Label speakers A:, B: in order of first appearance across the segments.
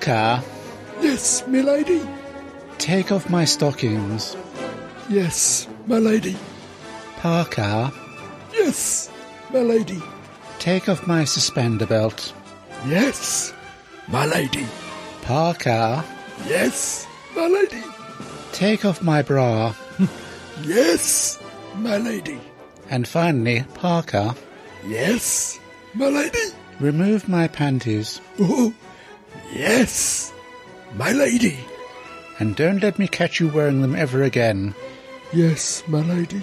A: car,
B: Yes, milady.
A: take off my stockings.
B: Yes, milady.
A: Parker,
B: Yes, milady.
A: take off my suspender belt.
B: Yes, milady.
A: Parker,
B: Yes, milady.
A: take off my bra.
B: Yes, milady.
A: And finally, Parker,
B: Yes, milady.
A: remove my panties.
B: Oh, yes, milady.
A: And don't let me catch you wearing them ever again.
B: Yes, milady.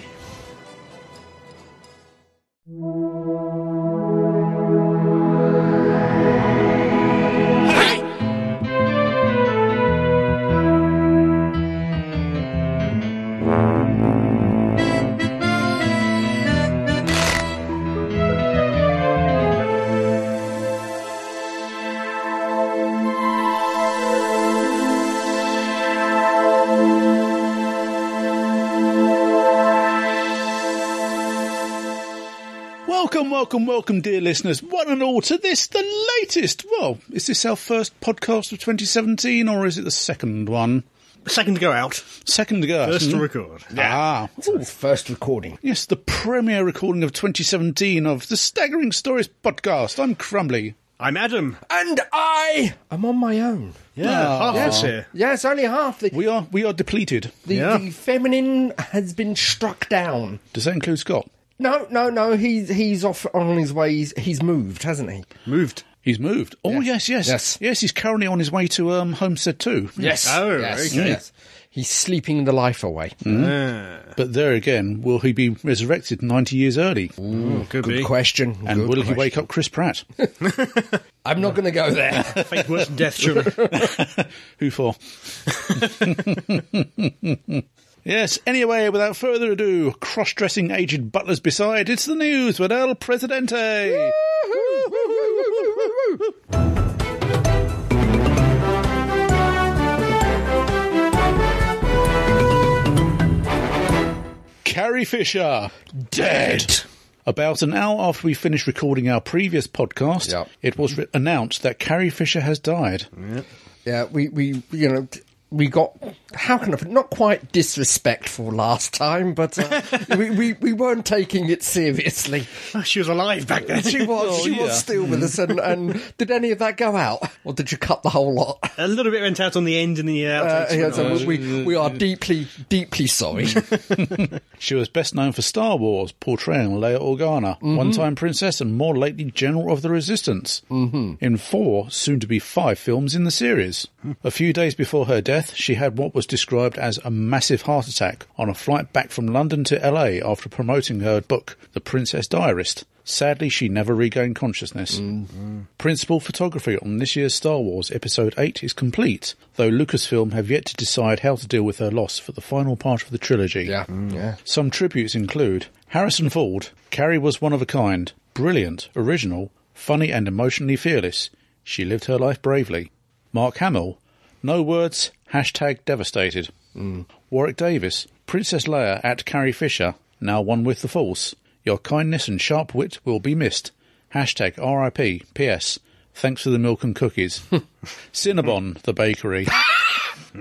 A: Welcome, welcome, welcome, dear listeners, one and all, to this, the latest. Well, is this our first podcast of 2017, or is it the second one?
C: Second to go out,
A: Second to go.
C: first to
A: hmm?
C: record.
A: Ah,
D: It's first recording.
A: yes, the premiere recording of 2017 of the Staggering Stories podcast. I'm Crumbly.
C: I'm Adam.
D: And I am on my own.
C: Yeah, half this here.
D: Yeah, it's only half. The,
A: We are we are depleted.
D: the,
C: Yeah.
D: the feminine has been struck down.
A: Does that include Scott?
D: No, no, no. He's he's off on his way. He's, he's moved, hasn't he?
C: Moved.
A: He's moved. Oh yes, yes,
D: Yes.
A: He's currently on his way to um, Homestead Two.
D: Yes.
C: Oh,
D: yes.
C: okay.
D: yes. He's sleeping the life away.
A: Mm-hmm. But there again, will he be resurrected 90 years early?
C: Oh, Could
D: Good
C: be.
D: question.
A: And will he wake up Chris Pratt?
D: I'm not going to go there.
C: Fake worse than death, surely.
A: Who for? yes, anyway, without further ado, cross dressing aged butlers beside, it's the news with El Presidente. Carrie Fisher, dead. About an hour after we finished recording our previous podcast,
D: Yep.
A: it was re- announced that Carrie Fisher has died.
D: yeah, we we you know. We got how can I put not quite disrespectful last time, but uh, we, we we weren't taking it seriously.
C: Ah, she was alive back then.
D: She was,
A: Oh,
D: she
A: yeah.
D: was still with us, and, and did any of that go out, or did you cut the whole lot?
C: A little bit went out on the end and the uh,
D: Uh,
C: outtakes
D: yeah,
C: went
D: so
C: on.
D: we, we are deeply, deeply sorry.
A: She was best known for Star Wars, portraying Leia Organa, one-time princess and more lately General of the Resistance, mm-hmm. in four, soon to be five films in the series. A few days before her death, she had what was described as a massive heart attack on a flight back from London to LA after promoting her book, The Princess Diarist. Sadly, she never regained consciousness. Principal photography on this year's Star Wars Episode 8 is complete, though Lucasfilm have yet to decide how to deal with her loss for the final part of the trilogy.
D: yeah, Mm, yeah.
A: Some tributes include Harrison Ford. Carrie was one of a kind, brilliant, original, funny, and emotionally fearless. She lived her life bravely. Mark Hamill. No words. Hashtag devastated. Warwick Davis. Princess Leia at Carrie Fisher. Now one with the Force. Your kindness and sharp wit will be missed. Hashtag RIP. PS. Thanks for the milk and cookies. Cinnabon, the bakery.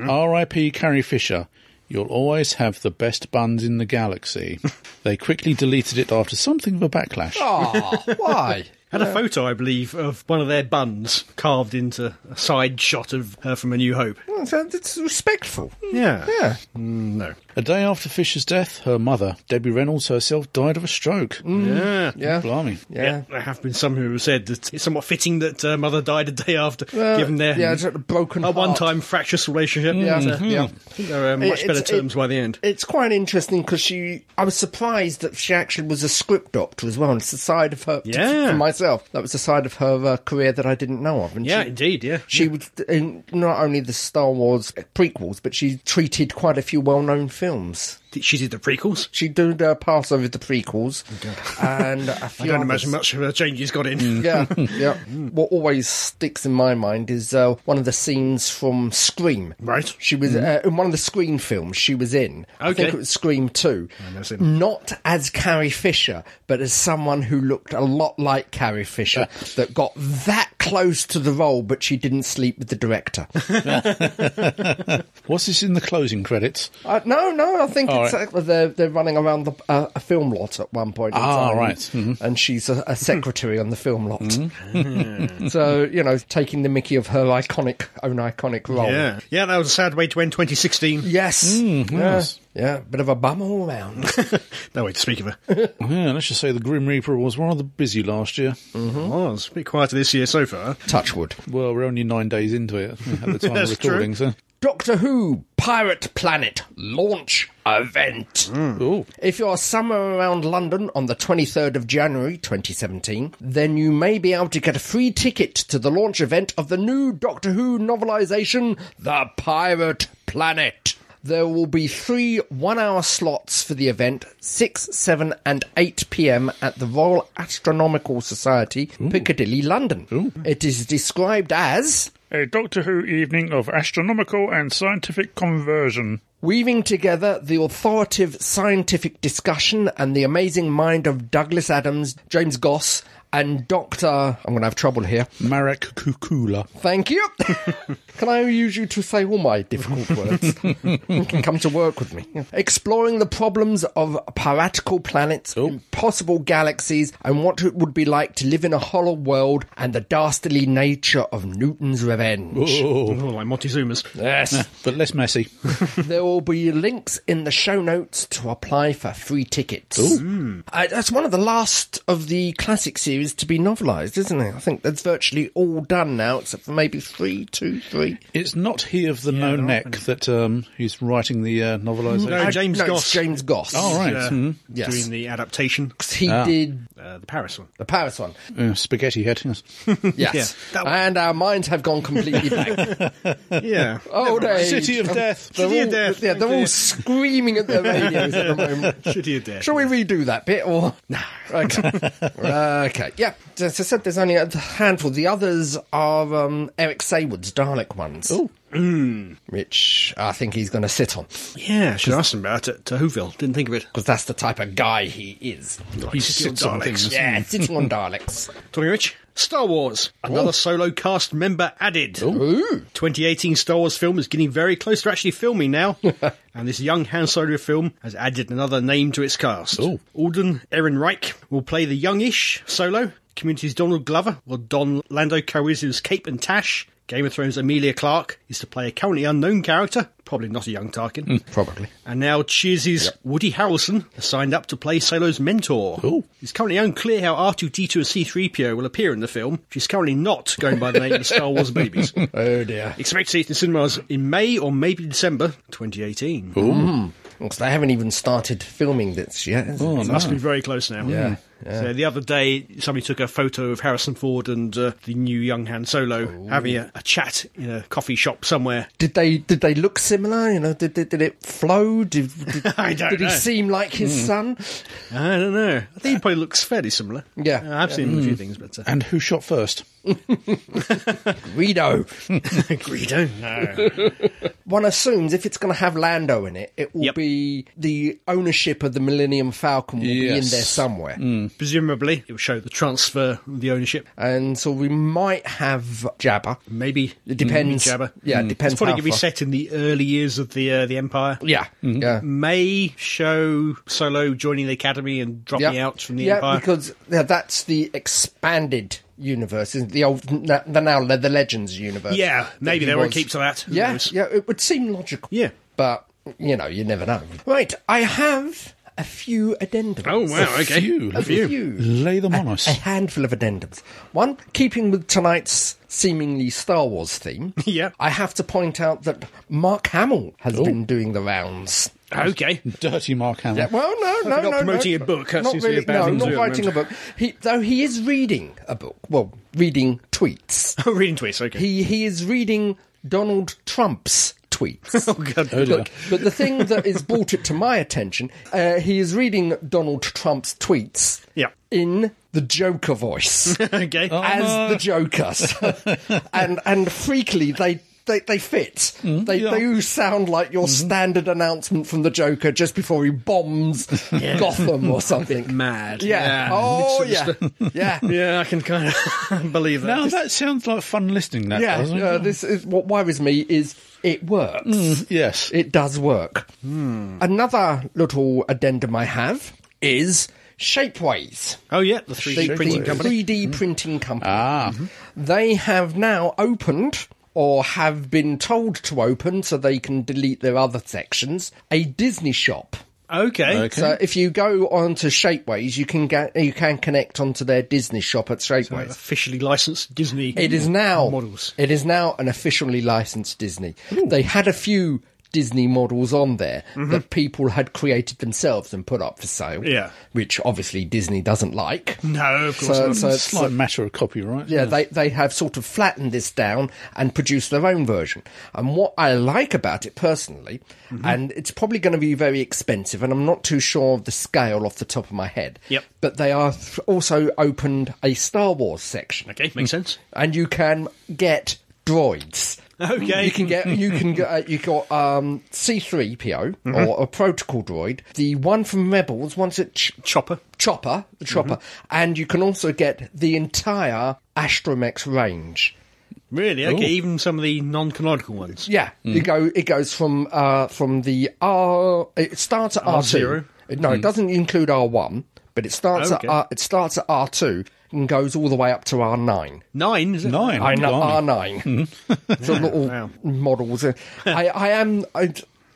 A: R.I.P. Carrie Fisher. You'll always have the best buns in the galaxy. they quickly deleted it after something of a backlash.
D: Ah, why?
C: Had a photo, I believe, of one of their buns carved into a side shot of her from A New Hope.
D: Well, so It's respectful.
A: Hmm.
C: Yeah.
D: Yeah. Mm,
C: No.
A: A day after Fisher's death, her mother, Debbie Reynolds herself, died of a stroke.
C: Mm. Yeah.
D: Mm, Yeah.
A: Blimey.
D: Yeah.
C: There have been some who have said that it's somewhat fitting that uh, mother died a day after,
D: Uh,
C: given their
D: yeah, it's a broken
C: a
D: heart.
C: one-time fractious relationship.
D: Yeah,
C: and, uh,
D: yeah.
C: They're uh,
D: It-
C: much better
D: it's-
C: terms
D: it-
C: by the end.
D: It's quite interesting because she. I was surprised that she actually was a script doctor as well. And it's the side of her.
C: Yeah.
D: For myself, that was the side of her uh, career that I didn't know of. And
C: Yeah,
D: she,
C: indeed. Yeah.
D: She was uh, in not only the Star Wars prequels, but she treated quite a few well-known films.
C: She did the prequels.
D: She did uh, pass over the prequels, and a
C: I
D: few
C: don't
D: others.
C: imagine much of a change has got in.
D: yeah, yeah. What always sticks in my mind is uh, one of the scenes from Scream.
C: Right. Mm-hmm.
D: She was uh, in one of the Scream films she was in. I think
C: Okay.
D: it was Scream 2.
C: never seen it.
D: Not as Carrie Fisher, but as someone who looked a lot like Carrie Fisher
C: Uh.
D: that got that close to the role, but she didn't sleep with the director.
A: Was this in the closing credits?
D: Uh, no, no, I think
A: All
D: it's
A: right.
D: uh, they're they're running around the, uh, a film lot at one point. in
A: Ah,
D: time,
A: right. Mhm.
D: And she's a, a secretary on the film lot.
A: Mm-hmm.
D: so you know, taking the Mickey of her iconic own iconic role.
C: Yeah, yeah, that was a sad way to end 2016.
D: Yes.
A: Mm, yes.
D: Yeah. yeah. Bit of a bum all round.
C: No way to speak of it.
A: Oh, Yeah, let's just say the Grim Reaper was rather busy last year.
C: Oh, it's a bit quieter this year so far.
D: Touchwood.
A: Well, we're only nine days into it at the time of
C: That's
A: recording, so.
D: Doctor Who Pirate Planet launch event.
A: Ooh.
D: If you're somewhere around London on the 23rd of January 2017, then you may be able to get a free ticket to the launch event of the new Doctor Who novelisation, The Pirate Planet. There will be three one hour slots for the event 6, 7, and 8 pm at the Royal Astronomical Society, Piccadilly, London. It is described as
E: a Doctor Who evening of astronomical and scientific conversion.
D: Weaving together the authoritative scientific discussion and the amazing mind of Douglas Adams, James Goss, and Dr. I'm going to have trouble here.
A: Marek Kukula.
D: Thank you. Can I use you to say all my difficult words? you can come to work with me. Exploring the problems of piratical planets, impossible galaxies, and what it would be like to live in a hollow world and the dastardly nature of Newton's revenge.
C: Oh, like Montezuma's.
D: Yes.
A: But less messy.
D: There will be links in the show notes to apply for free tickets. Uh, that's one of the last of the classic series to be novelised, isn't it? I think that's virtually all done now, except for maybe three, two, three.
A: It's not he of the no neck that um, who's writing the uh, novelisation.
C: No, James
D: no,
C: Goss.
D: It's James Goss.
A: Oh, right. Mhm.
C: uh,
D: Mm-hmm. Yes.
C: Doing the adaptation,
D: He did
C: uh, the Paris one.
D: the Paris one.
A: Uh, spaghetti head. Yes.
D: Yes.
C: Yeah, that one.
D: And our minds have gone completely blank.
C: Yeah.
D: Oh, they.
A: City of Death.
D: they're
C: City of
D: all-
C: Death.
D: Yeah, they're all
C: Yeah.
D: screaming at their radios at the moment.
C: City of Death.
D: Shall we redo that bit or no? Okay, okay, yeah. As I said, there's only a handful. The others are um, Eric Saywood's Dalek ones, Mm.
A: Ooh.
D: which I think he's going to sit on
C: Yeah, should ask him about it to Whoville. Didn't think of it.
D: because that's the type of guy he is.
C: He
A: sits on things.
D: Yeah, sitting on Daleks.
C: Tommy Rich, Star Wars, another solo cast member added.
D: Ooh,
C: 2018 Star Wars film is getting very close to actually filming now, and this young Han Solo film has added another name to its cast.
A: Ooh.
C: Alden Ehrenreich will play the youngish Solo. Community's Donald Glover will don Lando Calrissian's cape and tash. Game of Thrones' Amelia Clark is to play a currently unknown character, probably not a young Tarkin.
D: probably.
C: And now Cheers' Woody Harrelson has signed up to play Solo's mentor.
A: Ooh.
C: It's currently unclear how R2-D2 and C-3PO will appear in the film, which is currently not going by the name of Star Wars Babies.
D: Oh dear.
C: Expect to see it in cinemas in May or maybe December 2018.
D: Because they haven't even started filming this yet. has it?
A: Oh,
C: It
A: no.
C: must be very close now. Hmm.
D: Yeah,
C: So the other day, somebody took a photo of Harrison Ford and uh, the new young Han Solo having a, a chat in a coffee shop somewhere.
D: Did they did they look similar? You know, did did, did it flow? Did did,
C: I don't
D: did he
C: know. Hmm.
D: seem like his son?
C: I don't know. I think he probably looks fairly similar.
D: Yeah. Mm.
C: Uh, I've seen him in a few things, but uh,
A: And who shot first?
D: Guido.
C: we don't know.
D: one assumes if it's going to have Lando in it, it will
C: Yep.
D: be the ownership of the Millennium Falcon will be in there
A: Yes.
D: somewhere,
C: Mm. Presumably, it will show the transfer of the ownership.
D: and so we might have Jabba.
C: Maybe
D: It depends.
C: Mm, Jabba. Mm.
D: Yeah, it depends.
C: It's probably
D: how
C: going to be
D: far-
C: set in the early years of the uh, the Empire.
D: Yeah, yeah.
C: May show Solo joining the Academy and dropping
D: Yeah.
C: out from the
D: yeah,
C: Empire.
D: because yeah, that's the expanded universe, isn't it? the old, the now the Legends universe.
C: yeah, maybe
D: he
C: they won't
D: was-
C: keep to that. Who
D: Yeah,
C: knows?
D: yeah, it would seem logical.
C: Yeah.
D: but you know, you never know. Right, I have a few addendums.
C: Oh wow. Okay.
A: few.
D: a
A: A
D: few.
A: Lay them on us.
D: a handful of addendums. One, keeping with tonight's seemingly Star Wars theme,
C: Yeah.
D: I have to point out that Mark Hamill has been doing the rounds.
C: Okay.
A: Dirty Mark Hamill.
D: Yeah, well, no, no,
C: not
D: no,
C: promoting
D: no.
C: a book. That
D: not
C: seems to be a
D: really,
C: bad
D: no,
C: thing to
D: not
C: do at the
D: writing a book.
C: moment.
D: He, though he is reading a book. Well, reading tweets.
C: Reading tweets. Okay.
D: He he is reading Donald Trump's tweets. tweets.
C: Oh, God.
A: Oh dear.
D: But the thing that has brought it to my attention, uh, he is reading Donald Trump's tweets
C: Yeah.
D: in the Joker voice
C: okay.
D: as the Jokers, and and freakily they. They, they fit. they
A: yeah.
D: do sound like your standard announcement from the Joker just before he bombs Gotham or something.
C: Mad.
D: Yeah. Oh, yeah. Yeah.
C: Yeah, I can kind of believe that.
A: Now that sounds like fun listening. That
D: Yeah.
A: doesn't it?
D: uh, this is what worries me is it works.
A: yes.
D: It does work.
C: Hmm.
D: Another little addendum I have is Shapeways.
C: Oh, yeah, the 3D
D: the, the
C: printing company. Hmm. Ah.
D: 3D printing company.
A: Ah.
C: Mm-hmm.
D: They have now opened, or have been told to open, so they can delete their other sections, a Disney shop.
C: Okay.
A: Okay.
D: So if you go onto Shapeways, you can get you can connect onto their Disney shop at Shapeways.
C: Officially licensed Disney.
D: It is now
C: Models.
D: It is now an officially licensed Disney. They had a few Disney models on there that people had created themselves and put up for sale.
C: Mm-hmm. Yeah.
D: which obviously Disney doesn't like.
C: No, of course
D: So-
C: not.
D: so it's-
A: Slight matter of copyright.
D: yeah, they, they have sort of flattened this down and produced their own version. And what I like about it personally,
C: Mm-hmm.
D: and it's probably going to be very expensive, and I'm not too sure of the scale off the top of my head.
C: Yep.
D: But they are th- also opened a Star Wars section,
C: Okay, makes sense.
D: and you can get droids.
C: Okay.
D: You can get you can get uh, you got um C3PO or a protocol droid, the one from Rebels, one's at Ch-
C: Chopper.
D: Chopper, the Chopper, and you can also get the entire Astromex range.
C: Really? Okay, even some of the non canonical ones.
D: Yeah, you go. It goes from uh, from the R. It starts at R
C: R0.
D: two. No, it doesn't include R one, but it starts
C: Okay.
D: at R, it starts at R two and goes all the way up to R nine.
C: Nine, is it?
A: Nine.
D: I know
A: Blimey.
D: R
A: Hmm.
D: nine. the little
C: wow.
D: models. I, I am. I,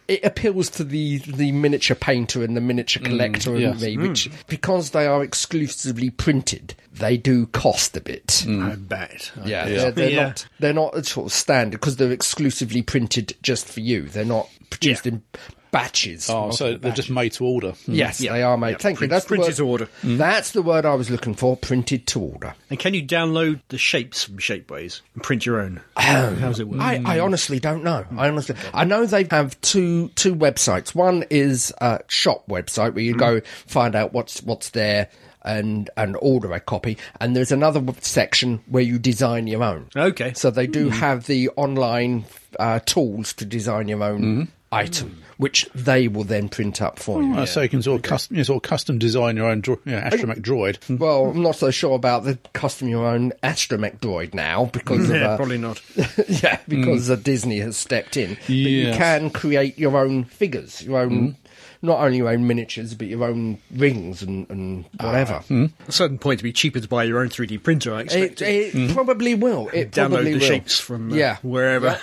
D: it appeals to the the miniature painter and the miniature collector in
A: Hmm. yes.
C: Hmm.
D: me, which because they are exclusively printed, they do cost a bit.
A: Hmm.
C: I bet.
D: Yeah, they're, they're
C: Yeah.
D: not they're not sort of standard because they're exclusively printed just for you. They're not produced
C: Yeah.
D: in batches.
A: Oh, so they're just made to order. Hmm.
D: yes, they are made.
C: Yeah,
D: Thank you.
C: print-
D: That's the
C: printed
D: word-
C: to order.
D: That's the word I was looking for. Printed to order.
C: And can you download the shapes from Shapeways and print your own? How's it work?
D: Um,
C: Mm.
D: I, I honestly don't know. I honestly, I know they have two two websites. One is a shop website where you
C: Mm.
D: go find out what's what's there and and order a copy, and there's another w- section where you design your own.
C: Okay. Mm.
D: So they do have the online uh, tools to design your own
C: Mm.
D: item, which they will then print up for you.
A: Uh, So you can sort of custom, you sort of custom design your own dro- yeah,
C: Oh.
A: astromech droid.
D: Well, I'm not so sure about the custom your own astromech droid now because
C: yeah,
D: of uh,
C: probably not.
D: yeah, because uh, Disney has stepped in. But you
A: Yes.
D: can create your own figures, your own not only your own miniatures, but your own rings and, and whatever.
C: At a certain point, it'd be cheaper to buy your own 3D printer, I
D: It,
C: expect.
D: it probably will. It
C: Download
D: probably
C: the
D: will.
C: shapes from uh,
D: yeah.
C: wherever.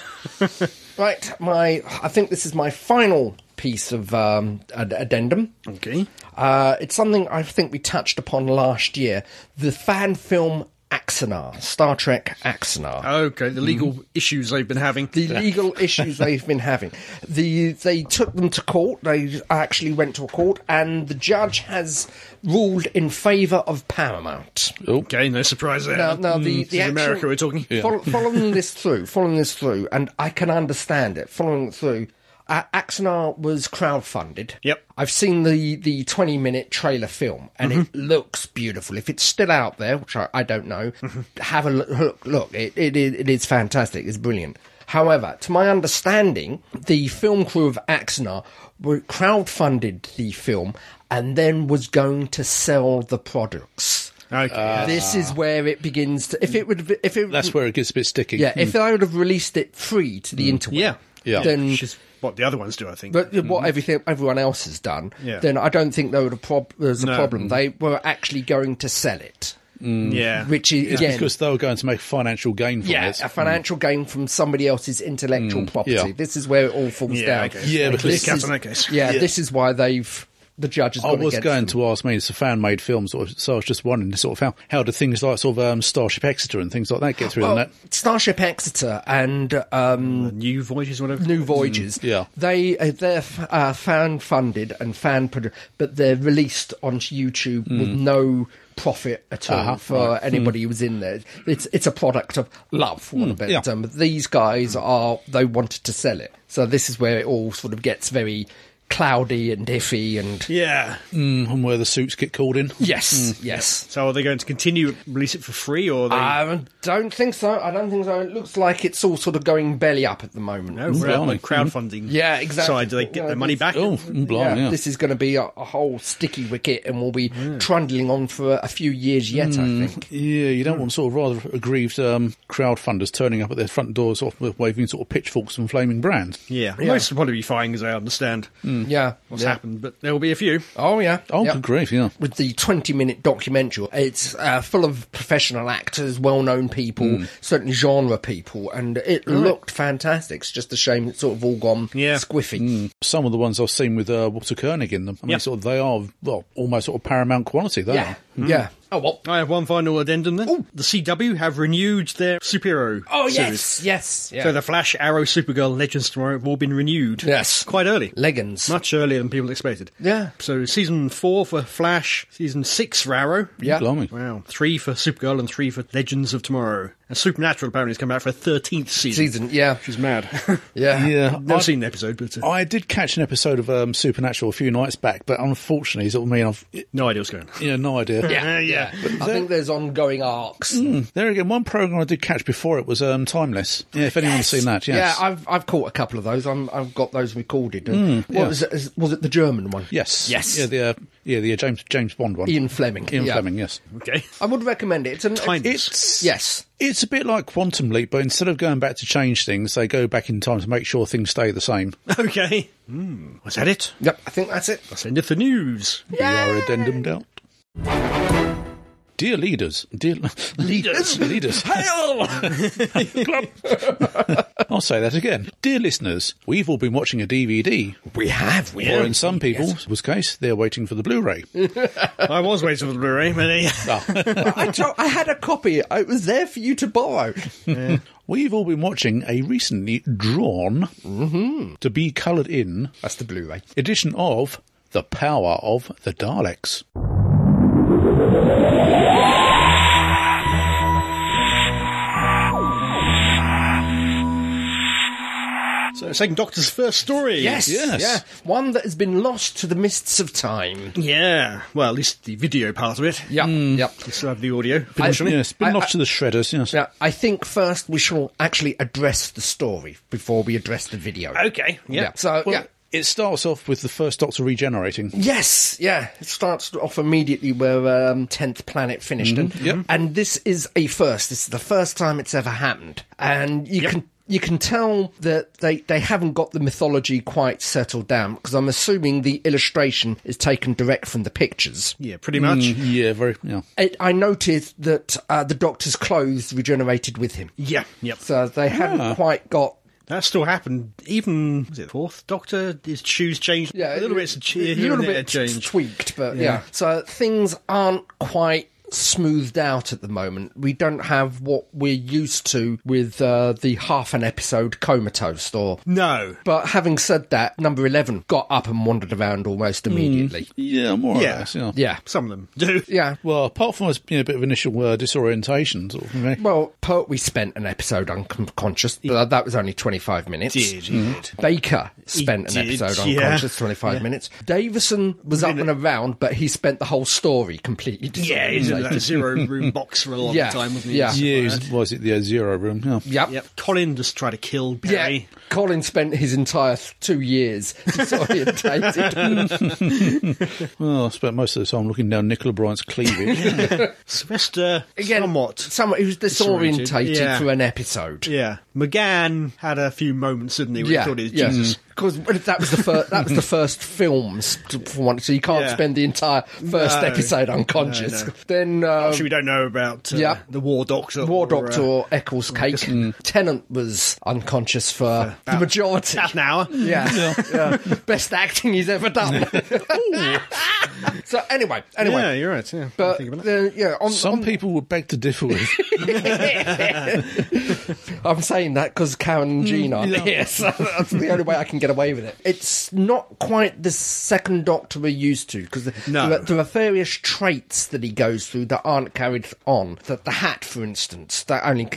D: Right, my I think this is my final piece of um, ad- addendum.
C: Okay.
D: Uh, it's something I think we touched upon last year. The fan film Axanar, Star Trek Axanar.
C: Okay, the legal issues they've been having.
D: Mm-hmm. the legal issues they've been having. The they took them to court. They actually went to a court, and the judge has ruled in favour of Paramount.
C: okay, no surprise there.
D: Now, now
A: Mm.
D: the,
C: This is
D: the actual-
C: America we're talking.
D: Fol- following this through, following this through, and I can understand it. Following it through, uh, Axonar was crowdfunded.
C: Yep.
D: I've seen the the twenty minute trailer film, and
C: Mm-hmm.
D: it looks beautiful. If it's still out there, which I, I don't know,
C: Mm-hmm.
D: have a look. Look, look it, it is- it is fantastic. It's brilliant. However, to my understanding, the film crew of Axonar were crowdfunded the film and then was going to sell the products.
C: Okay.
D: This is where it begins to. If it would, if it,
A: Uh, That's where it gets a bit sticky.
D: yeah, if I would have released it free to the internet,
C: yeah.
A: Mm. Yeah.
D: then
C: Which is what the other ones do, I think.
D: but what everything everyone else has done,
C: Yeah.
D: then I don't think there would have prob- there's a
C: No. Mm-hmm.
D: problem. They were actually going to sell it,
C: Mm. yeah.
D: which is
A: It's
D: again,
A: because they were going to make financial gain from
D: yeah,
A: it.
D: a financial gain from somebody else's intellectual property.
A: Mm. yeah.
D: This is where it all falls
C: Yeah,
D: down.
C: okay.
A: Yeah,
D: Like,
A: because-
D: this
C: Cats
D: is-
C: on that case.
D: yeah, this is why they've the judge has.
A: I
D: gone
A: was
D: against
A: Oh, going
D: them.
A: to ask me, it's a fan-made film, sort of, so I was just wondering, sort of how, how do things like sort of um, Starship Exeter and things like that get through the
D: Well,
A: net?
D: Starship Exeter and um,
C: New Voyages, whatever.
D: New Voyages.
A: Mm, yeah.
D: they uh, they're f- uh, fan funded and fan produced, but they're released on YouTube with no profit at all
A: Mm. Uh-huh,
D: for anybody who was in there. It's it's a product of love, for want of a better
A: Mm, yeah.
D: term. But these guys are they wanted to sell it, so this is where it all sort of gets very cloudy and iffy. And
C: Yeah.
D: Mm.
A: mm, and where the suits get called in.
D: yes,
A: Mm,
D: yes.
C: So are they going to continue release it for free, or are they?
D: I don't think so. I don't think so. It looks like it's all sort of going belly up at the moment.
C: no, we're out on
A: blimey.
C: the crowdfunding.
D: Yeah, exactly.
C: Side, do they get
D: Yeah,
C: their money back?
A: Oh, mm, blimey, yeah.
D: This is going to be a, a whole sticky wicket, and we'll be trundling on for a few years yet. I think.
A: Yeah, you
D: Hmm.
A: don't want sort of rather aggrieved um, crowdfunders turning up at their front doors off with waving sort of pitchforks and flaming brands.
C: Yeah. Most will probably be fine, as I understand
D: Yeah,
C: what's
D: Mm. yeah.
C: happened, but there will be a few.
D: Oh yeah.
A: Oh,
D: yeah.
A: good grief, yeah.
D: With the 20 minute documentary, it's uh, full of professional actors, well known people, certainly genre people, and it looked fantastic. It's just a shame it's sort of all gone
C: Yeah.
D: squiffy.
A: Some of the ones I've seen with uh, Walter Koenig in them, I mean,
C: Yep.
A: sort of, they are well, almost sort of paramount quality, they
D: Yeah.
A: are.
D: Yeah. Oh, well.
C: I have one final addendum then. The CW have renewed their superhero.
D: Oh,
C: series.
D: yes. Yes. Yeah.
C: So the Flash, Arrow, Supergirl, Legends Tomorrow have all been renewed.
D: Yes.
C: Quite early.
D: Leggings.
C: Much earlier than people expected.
D: Yeah.
C: So season four for Flash, season six for Arrow.
D: Yeah.
A: Blimey.
C: Wow. Three for Supergirl and three for Legends of Tomorrow. And Supernatural apparently is coming out for a 13th season.
D: Season. Yeah.
C: Which is mad.
D: Yeah.
A: Yeah,
C: Never
A: I-
C: seen an episode, but uh,
A: I did catch an episode of um, Supernatural a few nights back, but unfortunately, sort of, I mean, I've
C: no idea what's going on. Uh,
A: you know, no idea. Mm.
D: Yeah.
C: yeah.
D: I think there's ongoing arcs.
A: There again, one program I did catch before it was um, Timeless. Yeah, if anyone's seen that, yes.
D: Yeah, I've I've caught a couple of those. I'm, I've got those recorded. And what
A: Hmm. yeah.
D: was it? Was it the German one?
A: yes.
D: Yes.
A: Yeah, the uh, yeah the uh, James James Bond one.
D: Ian Fleming.
A: Ian
D: yeah.
A: Fleming. Yes.
C: Okay.
D: I would recommend it. It's an
C: Tiny.
A: It's
D: Yes.
A: It's a bit like Quantum Leap, but instead of going back to change things, they go back in time to make sure things stay the same.
C: Okay. Hmm. Was that it?
D: Yep, I think that's it.
C: That's the end of the news.
A: You are addendum out. Dear leaders, dear leaders, leaders, hail! Club. I'll say that again. Dear listeners, we've all been watching a DVD,
D: We have. We
A: or in some people's was case, they're waiting for the Blu-ray.
C: I was waiting for the Blu-ray, but uh,
A: Ah.
D: I, told, I had a copy. It was there for you to borrow.
A: We've all been watching a recently drawn to be coloured in
D: That's the Blu-ray.
A: edition of The Power of the Daleks.
C: so Second Doctor's first story.
D: Yes.
A: Yes.
D: Yeah. One that has been lost to the mists of time.
C: Yeah. Well, at least the video part of it.
D: Yep.
A: Hmm.
D: Yep.
C: We still have the audio.
A: Yeah,
C: Fortunately.
A: it's been
D: I-
A: off
D: I-
A: to the shredders, yes.
D: Now, I think first we shall actually address the story before we address the video.
C: Okay. Yeah.
D: Yeah. So,
A: Well,
D: yeah.
A: It starts off with the first Doctor regenerating.
D: Yes, yeah. It starts off immediately where um, Tenth Planet finished, and
A: yep.
D: and this is a first. This is the first time it's ever happened, and you can you can tell that they they haven't got the mythology quite settled down because I'm assuming the illustration is taken direct from the pictures.
C: Yeah, pretty much.
A: Mm, Yeah, very. Yeah.
D: It, I noticed that uh, the Doctor's clothes regenerated with him,
C: Yeah. Yep.
D: so they haven't quite got.
C: That still happened. Even was it fourth Doctor? His shoes changed.
D: Yeah,
C: a little bit.
D: a
C: Here
D: little
C: and there
D: bit
C: changed.
D: tweaked, but yeah. So things aren't quite smoothed out at the moment. We don't have what we're used to with uh, the half an episode comatose or.
C: no.
D: But having said that, number eleven got up and wandered around
C: Hmm.
D: almost immediately.
A: Yeah, more
C: Yeah.
A: or less. Yeah.
D: Yeah,
C: Some of them do.
D: yeah.
A: Well, apart from us being a bit of initial uh, disorientation, sort of, you know.
D: Well, Pert, we spent an episode unconscious. but That was only twenty-five minutes.
C: Did it?
D: Mm-hmm. Baker spent an
C: did,
D: episode
C: yeah.
D: unconscious, 25 minutes. Davison was up and around, but he spent the whole story completely.
C: Yeah, he's in that zero room box for a long
D: Yeah,
C: time, wasn't he?
D: yeah.
A: yeah, it was, was it the uh, Zero Room? Yeah.
D: Yep.
C: Yep. Colin just tried to kill
D: Yeah.
C: Barry.
D: Colin spent his entire th- two years disorientated.
A: Well, I spent most of the time looking down Nicola Bryant's cleavage.
C: Sylvester
D: Again,
C: somewhat.
D: Someone who's disorientated
C: Disoriented, yeah.
D: for an episode.
C: Yeah. McGann had a few moments, didn't he? Where he
D: Yeah,
C: thought he was
D: yeah. Mm-hmm.
C: Jesus.
D: Because that was the first that was the first films to, for one, so you can't
C: Yeah.
D: spend the entire first
C: No.
D: episode unconscious.
C: No, Oh, no.
D: Then uh,
C: Actually, we don't know about uh,
D: Yeah.
C: the War Doctor.
D: War
C: or, uh,
D: Doctor Eccles Cake. Tennant was unconscious for
C: yeah,
D: The
C: about
D: majority.
C: half an hour.
D: Yeah. yeah. Best acting he's ever done. so anyway, anyway.
C: Yeah, you're right. Yeah,
D: But
C: Think about it.
D: uh, yeah, on,
A: Some people would beg to differ with.
D: I'm saying that because Karen and Jean are here, so that's the only way I can get away with it. It's not quite the second Doctor we're used to because the,
C: No.
D: the, there are various traits that he goes through that aren't carried on. The, the hat, for instance, that only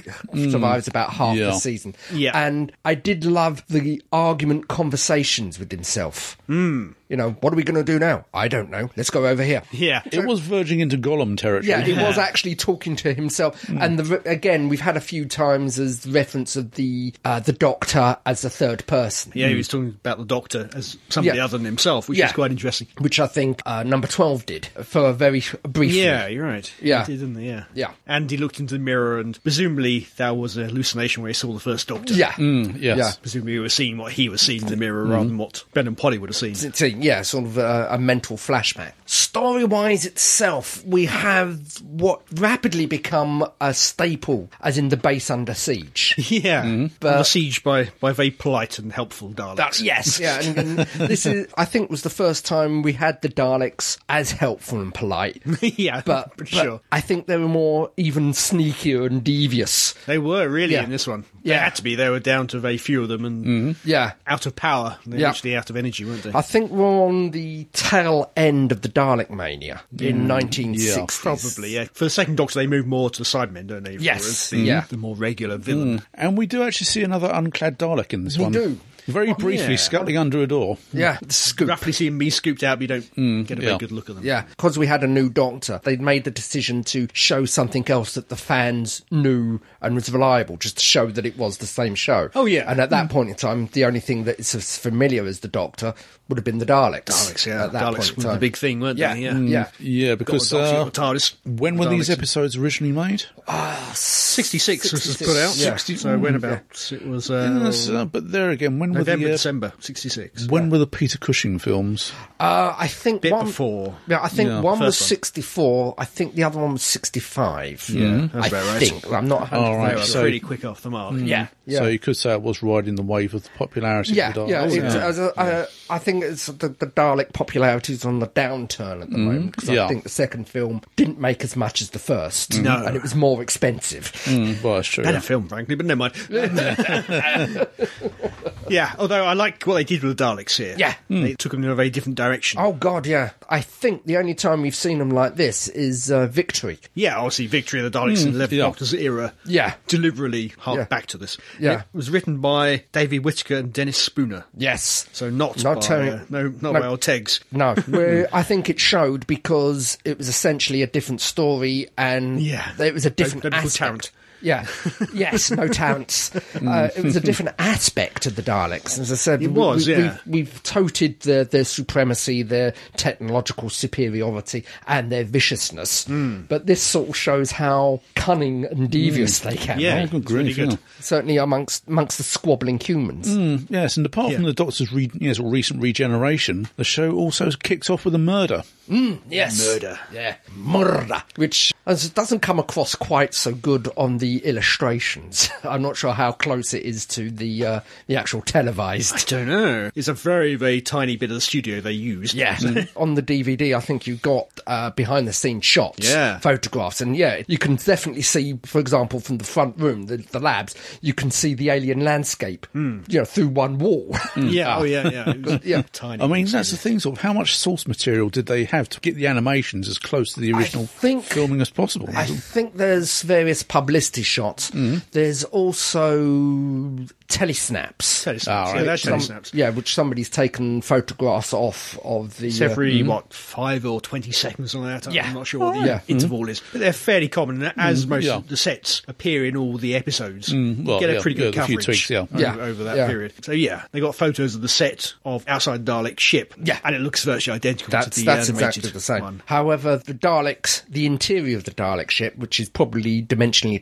D: survives about half
A: Yeah.
D: the season.
C: Yeah.
D: and I did love the argument conversations with himself. Mm. You know, what are we going to do now? I don't know. Let's go over here.
C: yeah,
A: It was verging into Gollum territory.
D: Yeah, he was actually talking to himself. And the, re- again, we've had a few times as reference of the uh, the Doctor as a third person,
C: yeah. He was talking about the Doctor as somebody
D: Yeah.
C: other than himself, which
D: Yeah.
C: is quite interesting.
D: which I think uh, number twelve did for a very sh- brief.
C: Yeah, you're right.
D: Yeah.
C: he did, didn't he? Yeah,
D: Yeah.
C: And he looked into the mirror, and presumably that was a hallucination where he saw the first Doctor.
D: yeah.
A: yes.
D: Yeah.
C: presumably we were seeing what he was seeing in the mirror rather
D: Mm-hmm.
C: than what Ben and Polly would have seen.
D: It's a- yeah, sort of a, a mental flashback. Story wise itself, we have what rapidly become a staple, as in the base under siege.
C: Yeah, but besieged by by very polite and helpful Daleks.
D: That's yes. Yeah, and, and this is I think was the first time we had the Daleks as helpful and polite.
C: yeah,
D: but,
C: pretty
D: but
C: sure
D: I think they were more even sneakier and devious.
C: they were really
D: Yeah.
C: in this one.
D: Yeah.
C: They had to be. They were down to very few of them and
D: Yeah.
C: out of power. They were
D: Yeah.
C: actually out of energy, weren't they?
D: I think we're on the tail end of the Dalek mania in 1960s.
C: Probably, Mm, yeah. For the second Doctor, they move more to the Sidemen, don't they?
D: Yes,
C: Whereas the,
D: yeah. Mm.
C: the more regular villain.
A: And we do actually see another unclad Dalek in this one.
D: do.
A: Very briefly,
C: yeah.
A: scuttling under a door.
D: Yeah, the scoop.
C: Roughly seeing me scooped out, but you don't get a very
A: yeah.
C: good look at them.
D: Mm. Yeah, because we had a new doctor, they'd made the decision to show something else that the fans knew and was reliable, just to show that it was the same show.
C: Oh, yeah.
D: And at that point in time, the only thing that is as familiar as the doctor would have been the Daleks.
C: Daleks, yeah.
D: At that point
C: Daleks
D: in
C: were the
D: time.
C: big thing, weren't
D: Yeah, Mm.
C: they?
D: yeah.
C: Yeah.
A: Yeah,
C: Got
A: because
C: the Daleks,
A: uh,
C: got the TARDIS.
A: when were
C: The
A: these
C: Daleks.
A: episodes originally made?
D: Ah,
C: 66 was just
D: 66,
C: put out.
D: yeah.
C: 60, so
D: Mm.
C: when about? It was uh,
A: Yes, uh, but there again, when were
C: November,
A: the uh,
C: December, 66.
A: when were the Peter Cushing films?
D: Uh, I think
C: Bit
D: one,
C: before.
D: Yeah, I think
A: Yeah,
D: one was
C: first one.
D: 64. I think the other one was 65. Yeah,
C: that's about
D: I
C: right.
D: think. I'm not 100%
A: All right,
C: They were
A: so-
C: pretty quick off the mark.
D: Yeah. Yeah.
A: So you could say it was riding the wave of the popularity
D: yeah,
A: of the Daleks.
D: yeah, it's- as a- uh, I think it's the, the Dalek popularity is on the downturn at the moment because I
A: Yeah.
D: think the second film didn't make as much as the first,
C: No.
D: and it was more expensive.
A: Mm, well, that's true.
C: Better
A: yeah.
C: film, frankly, but never mind. yeah, although I like what they did with the Daleks here.
D: Yeah. Hmm.
C: They took them in a very different direction.
D: Oh God, yeah. I think the only time we've seen them like this is uh, Victory.
C: Yeah, obviously, Victory of the Daleks in the 11th
A: yeah.
C: Doctor's era.
D: Hmm. Yeah.
C: Deliberately harked
D: Yeah.
C: back to this.
D: Yeah.
C: It was written by David Whittaker and Dennis Spooner.
D: Yes.
C: So not,
D: Not
C: by,
D: Tony-
C: uh, no, not
D: no.
C: by old Tegs.
D: No,
C: Mm.
D: where I think it showed because it was essentially a different story and
C: Yeah.
D: it was a different
C: No biblical
D: aspect.
C: Tarrant.
D: Yeah, yes, no talents. Uh, it was a different aspect of the Daleks, as I said. It
C: was,
D: we,
C: yeah.
D: We've, we've toted their their supremacy, their technological superiority, and their viciousness.
C: Mm.
D: But this sort of shows how cunning and devious they can.
C: Mm. Yeah,
A: Oh,
C: it's
A: good
C: really
A: grief,
C: good.
A: yeah.
D: certainly amongst amongst the squabbling humans.
A: Yes, and apart from
C: Yeah.
A: the Doctor's re- yes, recent regeneration, the show also kicks off with a murder.
D: Yes.
C: Murder.
D: Yeah. Murder. Which as- doesn't come across quite so good on the illustrations. I'm not sure how close it is to the uh, the actual
C: I
D: televised.
C: don't know. It's a very, very tiny bit of the studio they used.
D: Yeah. on the DVD, I think you got uh, behind the scenes shots,
C: Yeah.
D: photographs. And yeah, you can definitely see, for example, from the front room, the, the labs, you can see the alien landscape, you know, through one wall. Uh,
C: Yeah. Oh, yeah, yeah. It was
D: Yeah.
C: Tiny.
A: I mean, that's the thing, sort of, how much source material did they have to get the animations as close to the original
D: think-
A: filming as possible?
D: I think there's various publicity shots. There's also telesnaps.
C: Telesnaps. yeah,
A: right.
C: that's
D: Oh, Some-
C: telesnaps.
D: Yeah, which somebody's taken photographs off of the.
C: It's
D: uh,
C: every
A: Mm-hmm.
C: what five or twenty seconds on that. I'm
D: Yeah.
C: not sure what the
D: Yeah.
C: interval is, but they're fairly common. and As most
A: Mm-hmm. yeah. Mm-hmm.
C: of the sets appear in all the episodes, you
A: well,
C: get a
A: yeah,
C: pretty good
A: yeah, a few
C: coverage
A: tweaks, yeah.
C: o-
D: Yeah.
C: Over, that
D: Yeah.
C: period. So yeah, they got photos of the set of outside Dalek ship,
D: Yeah.
C: and it looks virtually identical
D: that's
C: to the
D: that's
C: animated
D: exactly the same.
C: one.
D: However, the Daleks, the interior of the Dalek ship, which is probably dimensionally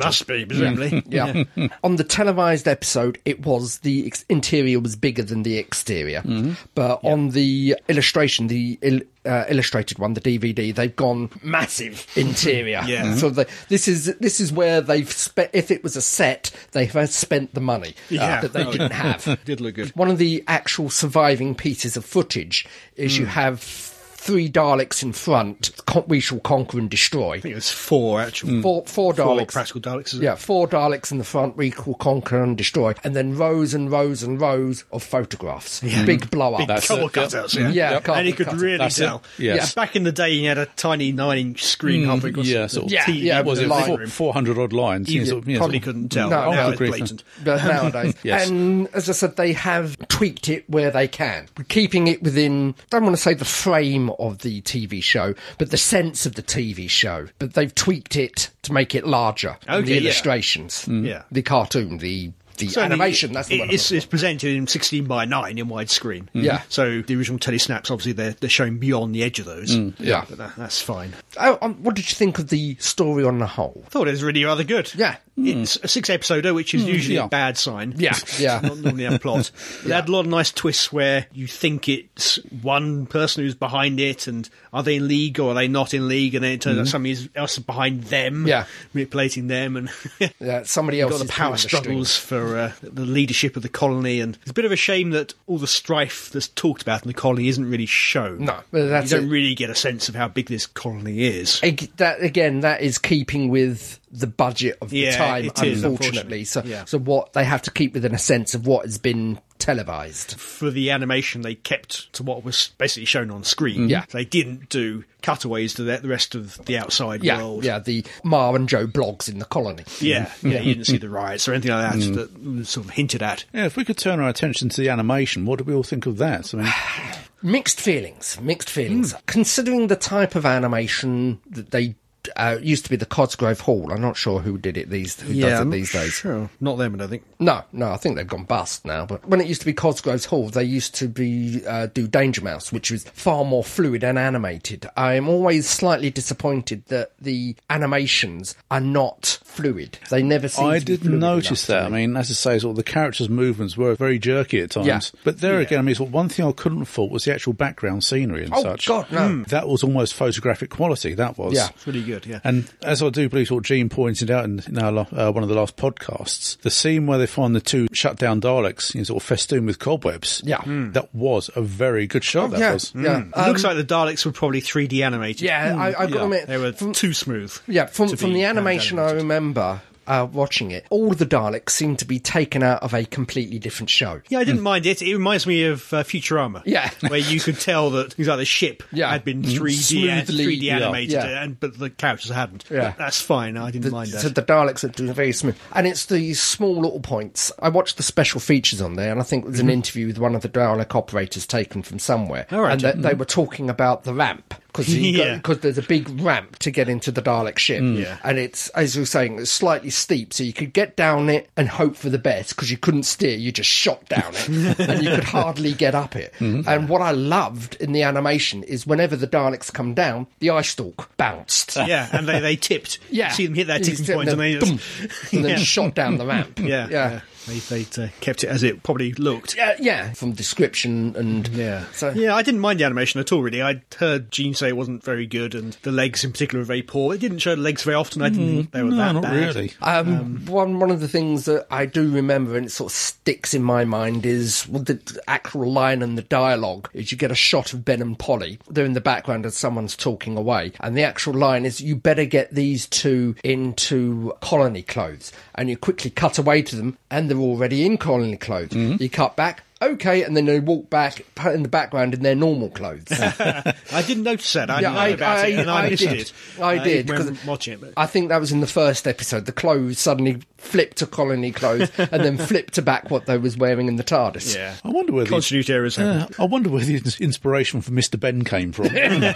A: Mm-hmm.
C: It must be presumably.
D: Yeah. On the televised episode, it was the ex- interior was bigger than the exterior.
C: Mm-hmm.
D: But on the illustration, the il- uh, illustrated one, the DVD, they've gone massive interior.
C: Yeah.
D: So they, this is this is where they've spent. If it was a set, they have spent the money uh,
C: Yeah.
D: that they
C: Oh,
D: didn't have.
C: Did look good.
D: One of the actual surviving pieces of footage is
C: Mm.
D: you have three Daleks in front. Con- We shall conquer and destroy.
C: I think it was four actual
A: Mm.
D: Four, four
C: four
D: Daleks.
C: practical Daleks. Is it?
D: Yeah, four Daleks in the front, we will conquer and destroy, and then rows and rows and rows of photographs.
C: Mm.
D: Big blow up.
A: That's
C: Colour
A: it, Mm-hmm. yeah.
C: cutouts, yeah.
D: Yeah, Yep.
C: and you
D: cardboard
C: could
D: cutout.
C: really
A: That's it,
C: tell.
A: yes. Mm,
C: Yeah, back in the day, you had a tiny nine-inch screen halfway across
A: yeah,
C: the
A: sort of-
D: Yeah,
C: TV.
D: yeah,
A: was
D: the
A: it
D: line-
A: four, 400 odd lines?
C: You
A: Yeah, sort of- yeah,
C: probably
A: sort of-
C: couldn't tell.
D: No,
C: now
D: no.
C: it's blatant.
D: but nowadays.
A: Yes.
D: And as I said, they have tweaked it where they can, keeping it within, don't want to say the frame of the TV show, but the sense of the TV show. But they've tweaked it to make it larger. and
C: Okay,
D: the
C: yeah. Mm.
D: illustrations,
C: Yeah.
D: the cartoon, the, the
C: Certainly,
D: animation, that's the
C: it-
D: one. Mm-hmm. I'm
C: it's, it's presented in 16 by 9 in widescreen.
D: Yeah.
C: So the original telesnaps, obviously, they're, they're shown beyond the edge of those.
D: yeah.
C: But that, that's fine.
D: Oh, um, what did you think of the story on the whole?
C: thought it was really rather good.
D: Yeah. Mm,
C: It's a six episoder, which is usually
A: yeah.
C: a bad sign.
D: Yeah. Yeah.
C: Not normally a plot. But They had a lot of nice twists where you think it's one person who's behind it and are they in league or are they not in league and then it turns out somebody else is behind them.
D: Mm-hmm. Yeah.
C: Manipulating them and
D: Yeah, Uh, somebody else
C: got the
D: is
C: power
D: doing string.
C: struggles for uh, the leadership of the colony, and it's a bit of a shame that all the strife that's talked about in the colony isn't really shown.
D: No, but that's
C: you don't
D: it.
C: really get a sense of how big this colony is.
D: Ag- that again that is keeping with the budget of the
C: Yeah,
D: time
C: it
D: unfortunately.
C: is, unfortunately.
D: so
C: Yeah.
D: so what they have to keep within a sense of what has been televised
C: For the animation, they kept to what was basically shown on screen.
D: Mm. Yeah.
C: they didn't do cutaways to the, the rest of the outside
D: yeah
C: world.
D: yeah the mar and joe blogs in the colony
C: yeah, yeah. You didn't see the riots or anything like that
D: Mm.
C: that was sort of hinted at.
A: yeah, if we could turn our attention to the animation, what do we all think of that? I mean,
D: mixed feelings mixed
C: Hmm.
D: feelings considering the type of animation that they uh, used to be the Cosgrove Hall. I'm not sure who did it these who does it these days.
C: um, Sure, not them, I don't think.
D: No, no, I think they've gone bust now. But when it used to be Cosgrove's Hall, they used to be uh, do Danger Mouse, which was far more fluid and animated. I am always slightly disappointed that the animations are not fluid. They never seem.
A: I
D: to be
A: didn't
D: fluid
A: notice
D: enough
A: that. I
D: to me.
A: mean, as I say, sort of the characters' movements were very jerky at times.
D: Yeah.
A: But there again, I mean, sort of one thing I couldn't fault was the actual background scenery and
D: Oh,
A: such.
D: God, no. Hmm.
A: That was almost photographic quality. That was.
D: Yeah.
C: It's really good. Yeah,
A: And as I do believe, what Gene pointed out in, in our, lo- uh, one of the last podcasts, the scene where they find the two shut down Daleks, you know, sort of festooned with cobwebs.
D: Yeah. Oh,
A: that was a very good shot. that
D: yeah,
A: was. hmm.
D: yeah, Um,
C: It looks like the Daleks were probably 3D animated. Mm.
D: yeah. I, I've got to
A: yeah.
D: admit,
C: They were too smooth.
D: Yeah, from
C: to
D: from
C: be
D: the
C: hand
D: animation I
C: animated.
D: remember uh, watching it, all the Daleks seem to be taken out of a completely different show.
C: Yeah, I didn't mind it. It reminds me of uh, Futurama.
D: Hmm. Yeah.
C: where you could tell that things like the ship
D: Yeah. Mm-hmm.
C: had been 3D, and
D: Smoothly,
C: 3D
D: yeah.
C: animated,
D: Yeah.
C: and but the characters hadn't.
D: Yeah.
C: that's fine. I didn't
D: The,
C: mind that.
D: so the Daleks are doing very smooth, and it's these small little points. I watched the special features on there, and I think it was an interview with one of the Dalek operators taken from somewhere,
C: Mm-hmm. All right,
D: and
C: yeah.
D: they, they were talking about the ramp because
C: Yeah. Mm.
D: there's a big ramp to get into the Dalek ship,
C: Yeah.
D: and it's as you were saying, it's slightly steep, so you could get down it and hope for the best because you couldn't steer, you just shot down it, and you could hardly get up it.
C: Mm-hmm.
D: And what I loved in the animation is whenever the Daleks come down, the eye stalk bounced.
C: yeah, and they, they tipped.
D: Yeah.
C: You see them hit that
D: You
C: tipping
D: see
C: point, and
D: them
C: they
D: boom,
C: just-
D: and then
C: yeah.
D: shot down the ramp.
C: yeah,
D: yeah.
C: yeah. They they uh, kept it as it probably looked.
D: Yeah, yeah, from description and
C: Yeah.
D: so
C: yeah, I didn't mind the animation at all, really. I heard Gene say it wasn't very good, and the legs in particular were very poor. It didn't show the legs very often. I didn't
D: Mm.
C: think they were
A: No,
C: that
A: not
C: bad.
A: really.
D: Um, one one of the things that I do remember and it sort of sticks in my mind is well, the actual line and the dialogue is you get a shot of Ben and Polly. They're in the background and someone's talking away, and the actual line is you better get these two into colony clothes, and you quickly cut away to them, and they're already in colony clothes. You cut back. Okay, and then they walk back in the background in their normal clothes.
C: I didn't notice that. I
D: Yeah,
C: knew
D: I-
C: about it, and I,
D: I
C: missed
D: did.
C: it.
D: I
C: uh,
D: did,
C: when
D: 'cause
C: watching it. But
D: I think that was in the first episode. The clothes suddenly flipped to colony clothes and then flipped to back what they was wearing in the TARDIS.
C: yeah,
A: I wonder whether
C: continuity errors. happen.
A: Uh, I wonder where the ins- inspiration for Mr. Ben came from.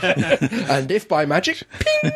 D: And if by magic, ping!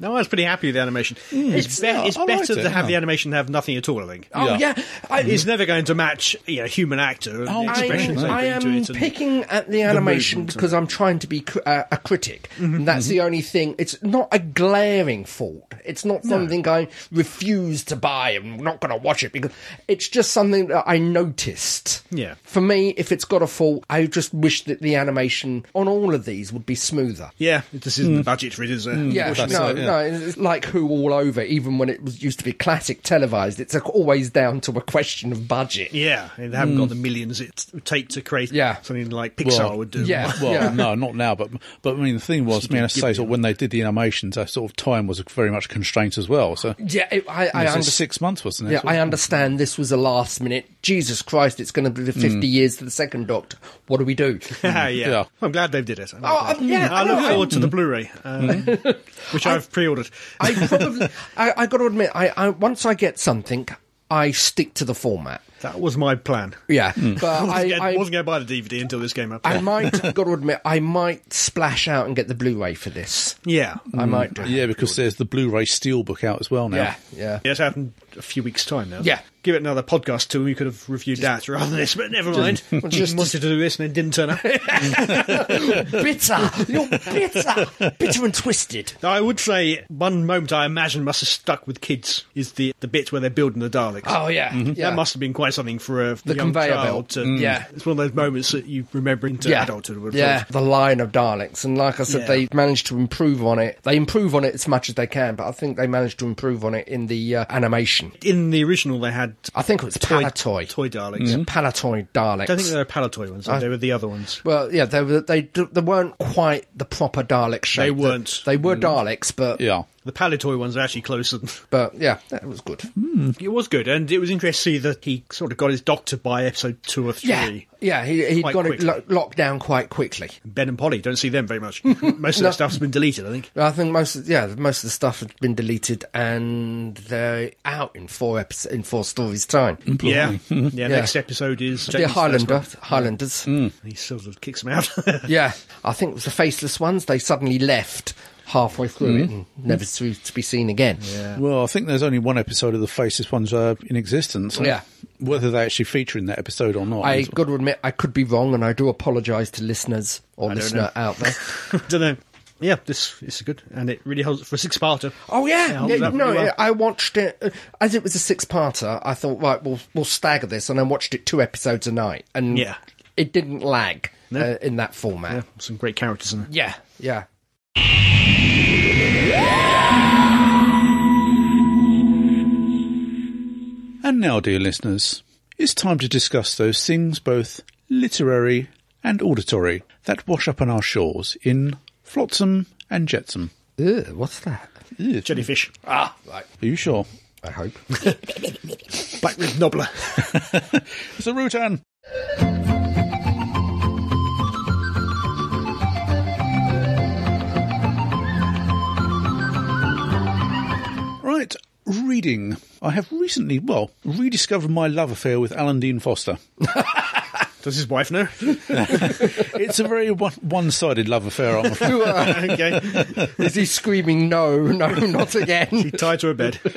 C: No, I was pretty happy with the animation. it's be-
A: yeah,
C: it's
A: I liked
C: better
A: it,
C: to have
A: yeah.
C: the animation than have nothing at all, I think.
D: Oh yeah, I,
C: It's never going to match you know, human character and
A: Oh,
C: the
A: I-
C: expressions they
A: I
C: bring
D: am
C: to it. and-
D: picking at the animation
C: movement and-
D: because I'm trying to be cr- uh, a critic. and that's the only thing. It's not a glaring fault. It's not something I refuse to buy and not going to watch it because it's just something that I noticed.
C: Yeah.
D: For me, if it's got a fault, I just wish that the animation on all of these would be smoother.
C: Yeah, this isn't the budget for it, is there?
D: Mm. Yeah,
A: that's
D: no,
A: it, yeah.
D: no, it's like Who all over. Even when it was used to be classic televised, it's always down to a question of budget.
C: Yeah, and they haven't got the millions it would take to create
D: Yeah.
C: something like Pixar
A: Well,
C: would do.
D: yeah.
A: Well, no, not now, but but I mean the thing was, I mean, I say sort of when they did the animations, that sort of time was very much constraint as well. So
D: Yeah, it, I, I
A: It was
D: understand.
A: six months, wasn't it?
D: Yeah,
A: Sort
D: I
A: of-
D: understand this was a last minute. Jesus Christ, it's going to be the 50 years to the second Doctor. What do we do?
C: yeah.
A: Yeah.
C: I'm glad they did it. I'm
D: Oh,
C: glad.
D: um, yeah,
C: I
D: I
C: look
D: know,
C: forward to the Blu-ray, uh, which I've pre-ordered.
D: I probably, I, I got to admit, I, I once I get something, I stick to the format.
C: That was my plan.
D: Yeah, but
C: I wasn't,
D: I, I,
C: going to buy the DVD until this came up.
D: I might got to admit, I might splash out and get the Blu-ray for this.
C: yeah.
D: I might do.
A: Yeah, because there's the Blu-ray Steelbook out as well now.
D: yeah, yeah.
C: Yeah, it's out in a few weeks' time now.
D: Yeah.
C: Give it another podcast too, and we could have reviewed that rather than this, but never mind. Just, wanted to do this and it didn't turn up.
D: bitter, you're bitter, bitter and twisted.
C: Now, I would say one moment I imagine must have stuck with kids is the, the bit where they're building the Daleks.
D: Oh yeah, yeah.
C: That must have been quite something for a
D: The
C: young
D: conveyor
C: child
D: belt.
C: To,
D: Mm. Yeah.
C: it's one of those moments that you remember into adulthood. I would have
D: yeah.
C: thought.
D: The line of Daleks, and like I said,
C: Yeah.
D: they managed to improve on it. They improve on it as much as they can, but I think they managed to improve on it in the uh, animation.
C: In the original, they had
D: I think it was Palatoy, Mm.
C: toy Daleks.
D: Palatoy Daleks.
C: I don't think they were Palatoy ones. they were the other ones.
D: well, yeah, they were. They d- they weren't quite the proper Dalek shape.
C: They
D: that-
C: weren't. Mm.
D: They were Daleks, but
A: Yeah.
C: The Palatoy ones are actually closer. Than,
D: but yeah, that was good.
C: it was good, and it was interesting to see that he sort of got his doctor by episode two or three.
D: Yeah, yeah. He he
C: Quite
D: got it
C: quickly.
D: lo- locked down quite quickly.
C: Ben and Polly don't see them very much. Most of their stuff's been deleted, I think.
D: I think most of, yeah most of the stuff has been deleted and they're out in four episodes in four stories time.
C: Yeah. yeah, Next episode is
D: The
C: Jamie's first
D: Highlander
C: one.
D: Highlanders.
C: He sort of kicks them out.
D: uh, Yeah, I think it was the faceless ones. They suddenly left halfway through it and never to, to be seen again.
C: yeah.
A: Well, I think there's only one episode of the Faces ones uh, in existence.
D: Yeah.
A: Whether they actually feature in that episode or not.
D: I got to admit, I could be wrong, and I do apologise to listeners or listener out there.
C: don't know. Yeah, this this is good, and it really holds for a six-parter.
D: Oh yeah,
C: holds
D: yeah
C: up
D: no,
C: really well.
D: I watched it uh, as it was a six-parter. I thought, right, we'll we'll stagger this, and I watched it two episodes a night, and
C: Yeah.
D: it didn't lag uh, in that format.
C: some great characters in there.
D: Yeah, yeah.
A: And now, dear listeners, it's time to discuss those things, both literary and auditory, that wash up on our shores in flotsam and jetsam.
D: Ugh, what's that?
A: Ew.
C: Jellyfish,
D: Ah, right.
A: Are you sure?
D: I hope.
C: black red nobbler.
A: It's a rutan. Right, reading. I have recently, well, rediscovered my love affair with Alan Dean Foster.
C: Does his wife know?
A: It's a very one- one-sided love affair, I'm afraid.
C: okay,
D: Is he screaming? No, no, not again.
C: tied to a bed.
A: with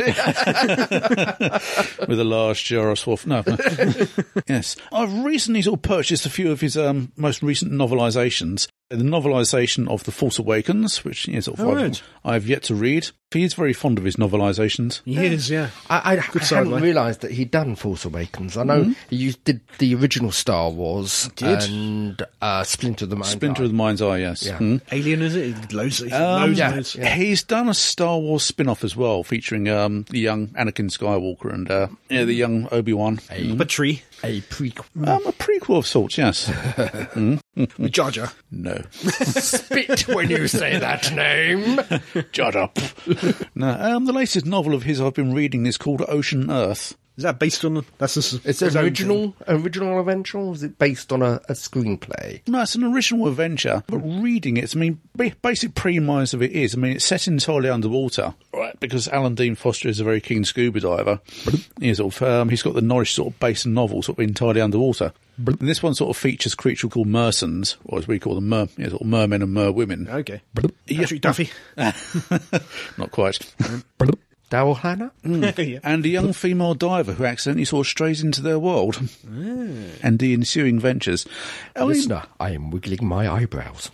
A: a large jar of swaff. No. yes. I've recently sort of purchased a few of his um, most recent novelizations. The novelisation of The Force Awakens, which you know, sort of
C: Oh,
A: I've,
C: right.
A: I've yet to read. He is very fond of his novelizations.
C: He is, yeah.
D: I, I, I hadn't
C: sideline.
D: realised that he'd done Force Awakens. I know you did the original Star Wars
C: did.
D: and uh, Splinter of the Mind.
A: Splinter of the Mind's Eye, yes.
D: Yeah.
A: Hmm.
C: Alien is it? He did Loads, he did
A: Um,
C: loads,
D: Oh, yeah.
C: and loads.
A: He's done a Star Wars spin-off as well, featuring um, the young Anakin Skywalker and uh, yeah, the young Obi-Wan.
C: Up a tree
D: a prequel.
A: Um, a prequel of sorts, yes.
C: with Jar Jar.
A: no.
D: Spit when you say that name.
A: Shut up. no, um, the latest novel of his I've been reading is called Ocean Earth.
C: Is that based on? That's his,
D: It's
C: his own
D: original, original adventure. Or is it based on a, a screenplay?
A: No, it's an original adventure, but reading it, I mean, ba- basic premise of it is, I mean, it's set entirely underwater, right? Because Alan Dean Foster is a very keen scuba diver. he's sort of, um, he's got the Norwich sort of base novel sort of entirely underwater. And this one sort of features creature called mercens, or as we call them, mer- you know, sort of mermen and merwomen.
C: thing. Okay. Patrick Duffy.
A: Not quite.
D: Daryl Hannah?
C: Mm, yeah.
A: and a young female diver who accidentally sort of strays into their world and the ensuing ventures. I mean,
D: Listener, I am wiggling my eyebrows.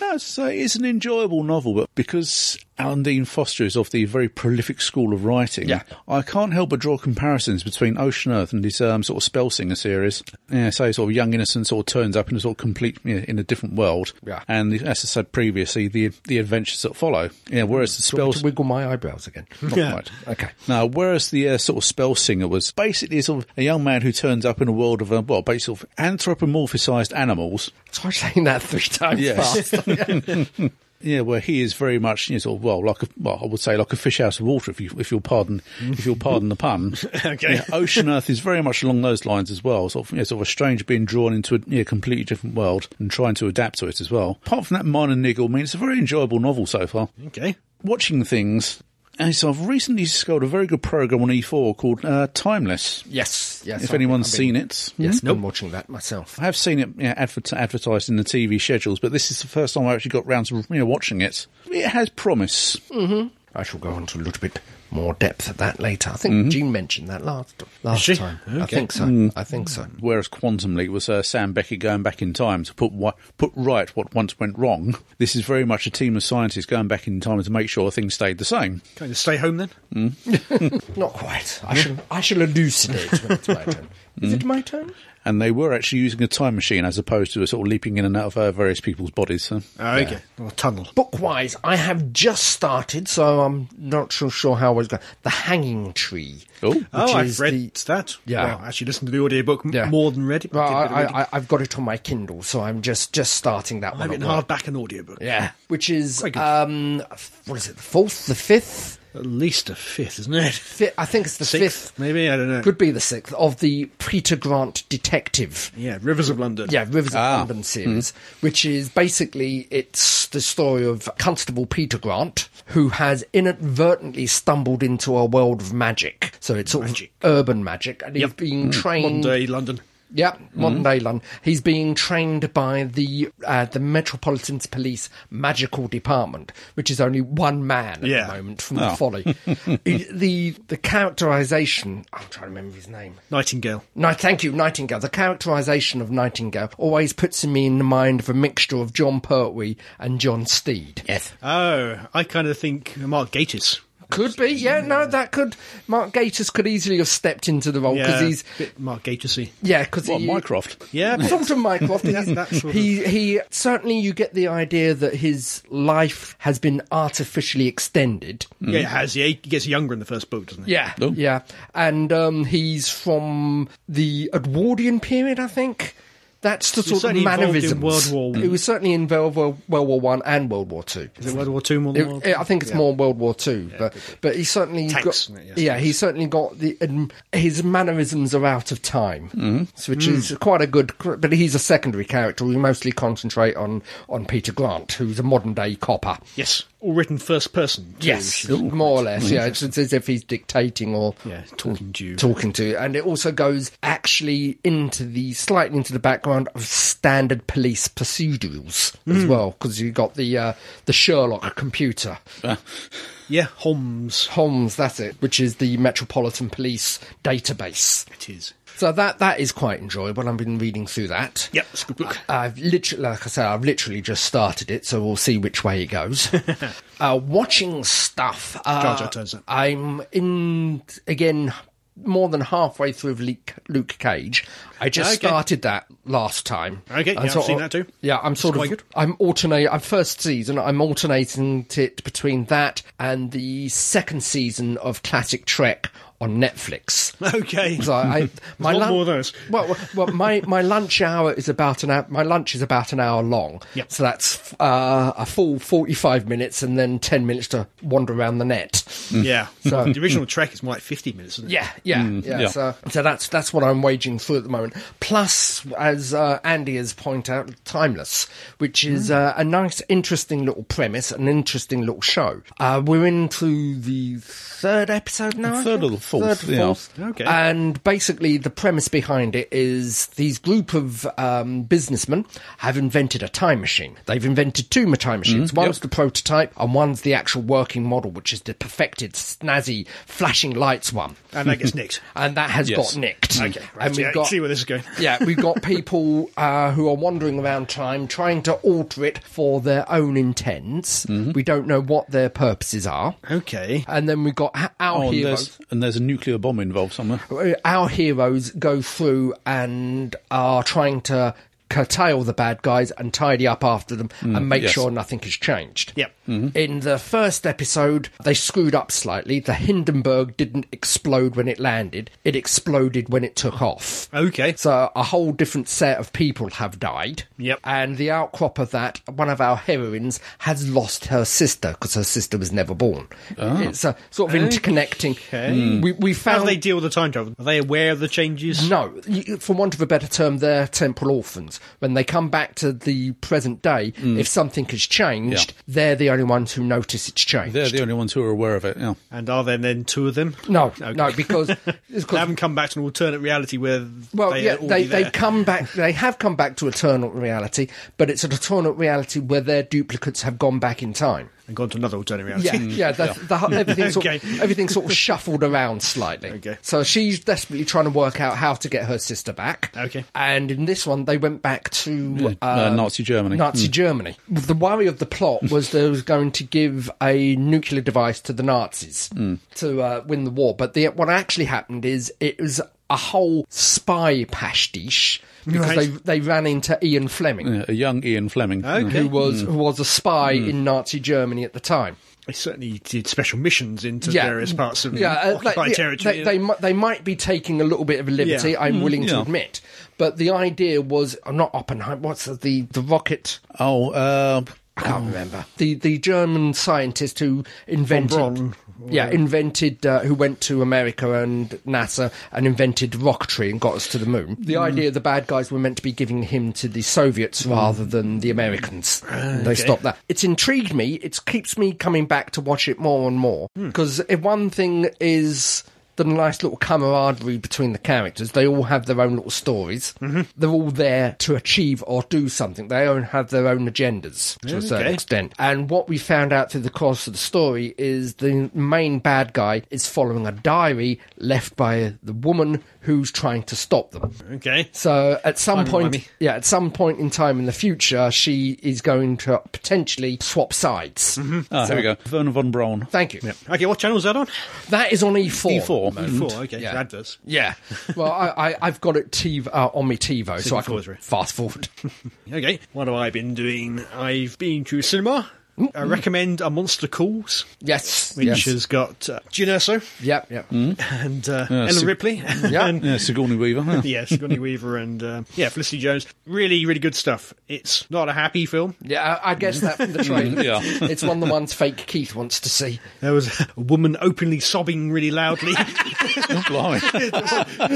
A: no, so it's an enjoyable novel, but because Alan Dean Foster is of the very prolific school of writing,
D: Yeah.
A: I can't help but draw comparisons between Ocean Earth and his um, sort of Spellsinger series. Yeah, so sort of young innocent sort of turns up in a sort of complete you know, in a different world,
D: Yeah.
A: and the, as I said previously, the the adventures that follow. Yeah, whereas the
D: Do you want
A: Spellsinger
D: me Mm. to wiggle my eyebrows again.
A: not
C: Yeah.
A: quite.
D: Okay.
A: Now, whereas the uh, sort of spell singer was basically sort of a young man who turns up in a world of, uh, well, basically sort of anthropomorphised animals.
D: Try saying that three times
A: Yes.
D: fast.
A: Yeah, where he is very much, you know, sort of, well, like a, well, I would say like a fish out of water, if you, if you'll pardon, if you'll pardon the pun.
C: Okay.
A: Yeah, Ocean Earth is very much along those lines as well. Sort of, you know, sort of a stranger being drawn into a you know, completely different world and trying to adapt to it as well. Apart from that minor niggle, I mean, it's a very enjoyable novel so far.
C: Okay.
A: Watching things, and so I've recently discovered a very good program on E4 called uh, Timeless.
D: yes. Yes.
A: if
D: I've-
A: anyone's
D: I've been-
A: seen it.
D: Yes, been watching that myself.
A: I have seen it yeah, advert- advertised in the TV schedules, but this is the first time I actually got round to you know, watching it. It has promise.
D: I shall go on to a little bit more depth of that later. I think Jean mentioned that last last
C: she?
D: time. I
C: Okay.
D: think so. I think so.
A: Whereas Quantum Leap was uh, Sam Beckett going back in time to put wi- put right what once went wrong. This is very much a team of scientists going back in time to make sure things stayed the same.
C: Can I just stay home then?
D: Not quite. I shall I shall elucidate when it's my turn. Is it my turn?
A: And they were actually using a time machine as opposed to a sort of leaping in and out of uh, various people's bodies. So.
C: Oh, okay. Or a tunnel.
D: Book wise, I have just started, so I'm not so sure how I was going. The Hanging Tree.
A: Oh.
C: oh, I've
D: is
C: read
D: the-
C: that.
D: Yeah.
C: Well, I actually listened to the audiobook m-
D: Yeah.
C: more than read it.
D: Well,
C: Did a
D: I,
C: bit of reading.
D: I, I, I've got it on my Kindle, so I'm just just starting that
C: I have
D: one.
C: it in
D: at work.
C: hardback and audiobook.
D: Yeah, which is
C: Quite good.
D: um, f- what is it? The fourth, the fifth?
C: At least a fifth, isn't it?
D: Fi I think it's the
C: Sixth,
D: fifth.
C: maybe? I don't know.
D: Could be the sixth of the Peter Grant detective.
C: Yeah, Rivers of London.
D: Yeah, Rivers
C: Ah.
D: of London
C: Hmm.
D: series, which is basically it's the story of Constable Peter Grant, who has inadvertently stumbled into a world of magic. So it's sort
C: Magic.
D: of urban magic, and he's
C: Yep. Hmm.
D: being
C: Modern
D: trained.
C: day Hmm. London.
D: Yeah, modern day London. He's being trained by the uh, the Metropolitan Police Magical Department, which is only one man at
C: Yeah. Oh.
D: the moment from the folly. It- the the characterization. I'm trying to remember his name.
C: Nightingale.
D: No, thank you, Nightingale. The characterisation of Nightingale always puts me in the mind of a mixture of John Pertwee and John Steed. Yes.
C: Oh, I kind of think Mark Gatiss.
D: Could be, yeah, no, that could. Mark Gatiss could easily have stepped into the role because
C: Yeah,
D: he's. Mm.
C: bit Mark Gatissy.
D: Yeah, because
A: What,
D: he.
A: Mycroft?
C: Yeah,
D: Sort of Mycroft.
C: That- that sort of-
D: he he certainly you get the idea that his life has been artificially extended.
C: yeah, it has. Yeah, he gets younger in the first book, doesn't he?
D: Yeah, yeah, and um, he's from the Edwardian period, I think. That's the sort of
C: certainly involved in
D: mannerisms.
C: World War-
D: It was certainly in World War, World War One and World War Two.
C: Is it World War Two more than World
D: It- I think it's more World War Two, but but he certainly
C: Tanks,
D: got
C: isn't it? Yes,
D: yeah he's certainly got the um, his mannerisms are out of time, so which is
C: Mm.
D: quite a good. But he's a secondary character. We mostly concentrate on on Peter Grant, who's a modern day copper.
C: Yes, all written first person. too, which is-
D: more or less. Yeah, it's, it's as if he's dictating or
C: Yeah, talking to you.
D: talking to, and it also goes actually into the slightly into the background of standard police procedurals
C: Mm.
D: as well, because you got the uh, the Sherlock computer,
C: Ah. yeah, Holmes.
D: Holmes, that's it, which is the Metropolitan Police database.
C: It is.
D: So that that is quite enjoyable. I've been reading through that.
C: Yep, it's a good book.
D: I've literally, like I said, I've literally just started it, so we'll see which way it goes. uh, watching stuff. Uh,
C: Jar Jar turns up.
D: I'm in again more than halfway through of Luke, Luke Cage. I just
C: Okay.
D: started that last time.
C: Okay, yeah, I've
D: sort
C: seen
D: of-
C: that too.
D: Yeah, I'm sort
C: quite
D: of
C: good.
D: I'm alternating. I'm first season. I'm alternating it between that and the second season of Classic Trek on Netflix.
C: Okay.
D: So I, I- my
C: a lot
D: lun-
C: more of those.
D: Well, well, well, my, my lunch hour is about an hour. My lunch is about an hour long.
C: Yep.
D: So that's uh, a full forty-five minutes, and then ten minutes to wander around the net.
C: yeah.
D: So-
C: the original track is more like 50 minutes, isn't it?
D: Yeah, yeah, yeah.
A: yeah.
D: So, so that's that's what I'm waging through at the moment. Plus, as uh, Andy has pointed out, Timeless, which is uh, a nice, interesting little premise, an interesting little show. Uh, we're into the third episode now. I
A: Third or
D: think?
A: the fourth,
D: Third or
A: yeah.
D: fourth.
C: Okay.
D: And basically, the premise behind it is these group of um, businessmen have invented a time machine. They've invented two time machines. one's the prototype, and one's the actual working model, which is the perfected, snazzy, flashing lights one.
C: and that gets nicked.
D: And that has
A: Yes.
D: got nicked.
C: Mm. Okay, right.
D: And we've
C: yeah, I can
D: got-
C: see where this is going.
D: yeah, we've got people uh, who are wandering around time trying to alter it for their own intents.
C: Mm-hmm.
D: We don't know what their purposes are.
C: Okay.
D: And then we've got h- our
A: Oh, and
D: heroes.
A: there's, and there's a nuclear bomb involved somewhere.
D: Uh, Our heroes go through and are trying to curtail the bad guys and tidy up after them and make
A: yes.
D: sure nothing has changed.
C: Yep.
D: In the first episode, they screwed up slightly. The Hindenburg didn't explode when it landed, it exploded when it took off.
C: Okay.
D: So a whole different set of people have died.
C: Yep.
D: And the outcrop of that, one of our heroines has lost her sister because her sister was never born. It's a sort of interconnecting. We, we
C: How do
D: found
C: they deal with the time travel? Are they aware of the changes?
D: no, y- for want of a better term, they're temporal orphans. When they come back to the present day,
C: Mm.
D: if something has changed,
A: Yeah.
D: they're the only ones who notice it's changed.
A: They're the only ones who are aware of it. Yeah.
C: And are there then two of them?
D: no, no, because it's 'cause-
C: They haven't come back to an alternate reality where
D: Well,
C: they
D: yeah,
C: are
D: they,
C: already
D: they
C: there.
D: come back. They have come back to eternal reality, but it's an eternal reality where their duplicates have gone back in time.
C: and gone to another alternate reality.
D: Yeah, yeah. The, the, whole- everything sort
C: Okay.
D: of, everything sort of shuffled around slightly.
C: Okay.
D: So she's desperately trying to work out how to get her sister back.
C: Okay.
D: And in this one, they went back to
A: uh,
D: um,
A: Nazi Germany.
D: Nazi
C: Hmm.
A: Mm.
D: Germany. The worry of the plot was they was going to give a nuclear device to the Nazis
C: Hmm.
D: to uh, win the war, but the, what actually happened is it was a whole spy pastiche because
C: Right.
D: they they ran into Ian Fleming.
A: Yeah, a young Ian Fleming.
C: Okay. Hmm.
D: Who was who was a spy in Nazi Germany at the time?
C: They certainly did special missions into various parts of
D: yeah, uh,
C: occupied
D: like, yeah,
C: territory.
D: They, they, mi- they might be taking a little bit of a liberty.
C: Yeah.
D: I'm willing to
A: yeah.
D: admit, but the idea was uh, not Oppenheimer. What's the the, the rocket?
A: Oh, uh,
D: I can't remember the the German scientist who invented
C: Braun.
D: yeah invented uh, who went to America and NASA and invented rocketry and got us to the moon. Mm. The idea the bad guys were meant to be giving him to the Soviets rather than the Americans. They stopped that. It's intrigued me. It keeps me coming back to watch it more and more because if one thing is. The nice little camaraderie between the characters. They all have their own little stories. They're all there to achieve or do something. They all have their own agendas to a certain
C: Mm, Okay.
D: extent. And what we found out through the course of the story is the main bad guy is following a diary left by the woman who's trying to stop them.
C: okay.
D: So at some
C: Simon
D: point,
C: Wimmy.
D: yeah, at some point in time in the future, she is going to potentially swap sides.
C: Mm-hmm.
A: ah, here we go. Werner von Braun.
D: Thank you.
C: Okay, what channel is that on?
D: That is on E4.
A: E4.
C: E Four, okay.
D: Yeah.
C: so Adverts.
D: Yeah. well, I, I, I've got it TV, uh, on my TiVo, so I can
C: forward, right?
D: fast forward.
C: Okay, what have I been doing? I've been to cinema. I recommend A Monster Calls,
D: yes.
C: which
D: yes.
C: has got uh, Jyn Erso
D: Yep, yep.
C: and uh, Ellen
A: Sig-
C: Ripley.
D: Yeah.
C: and,
A: Yeah, Sigourney Weaver. yeah.
C: yeah, Sigourney Weaver and uh, yeah, Felicity Jones. Really, really good stuff. It's not a happy film.
D: Yeah, I I guess that from the trailer.
A: yeah.
D: It's one of the ones fake Keith wants to see.
C: There was a woman openly sobbing really loudly
A: Oh, blimey.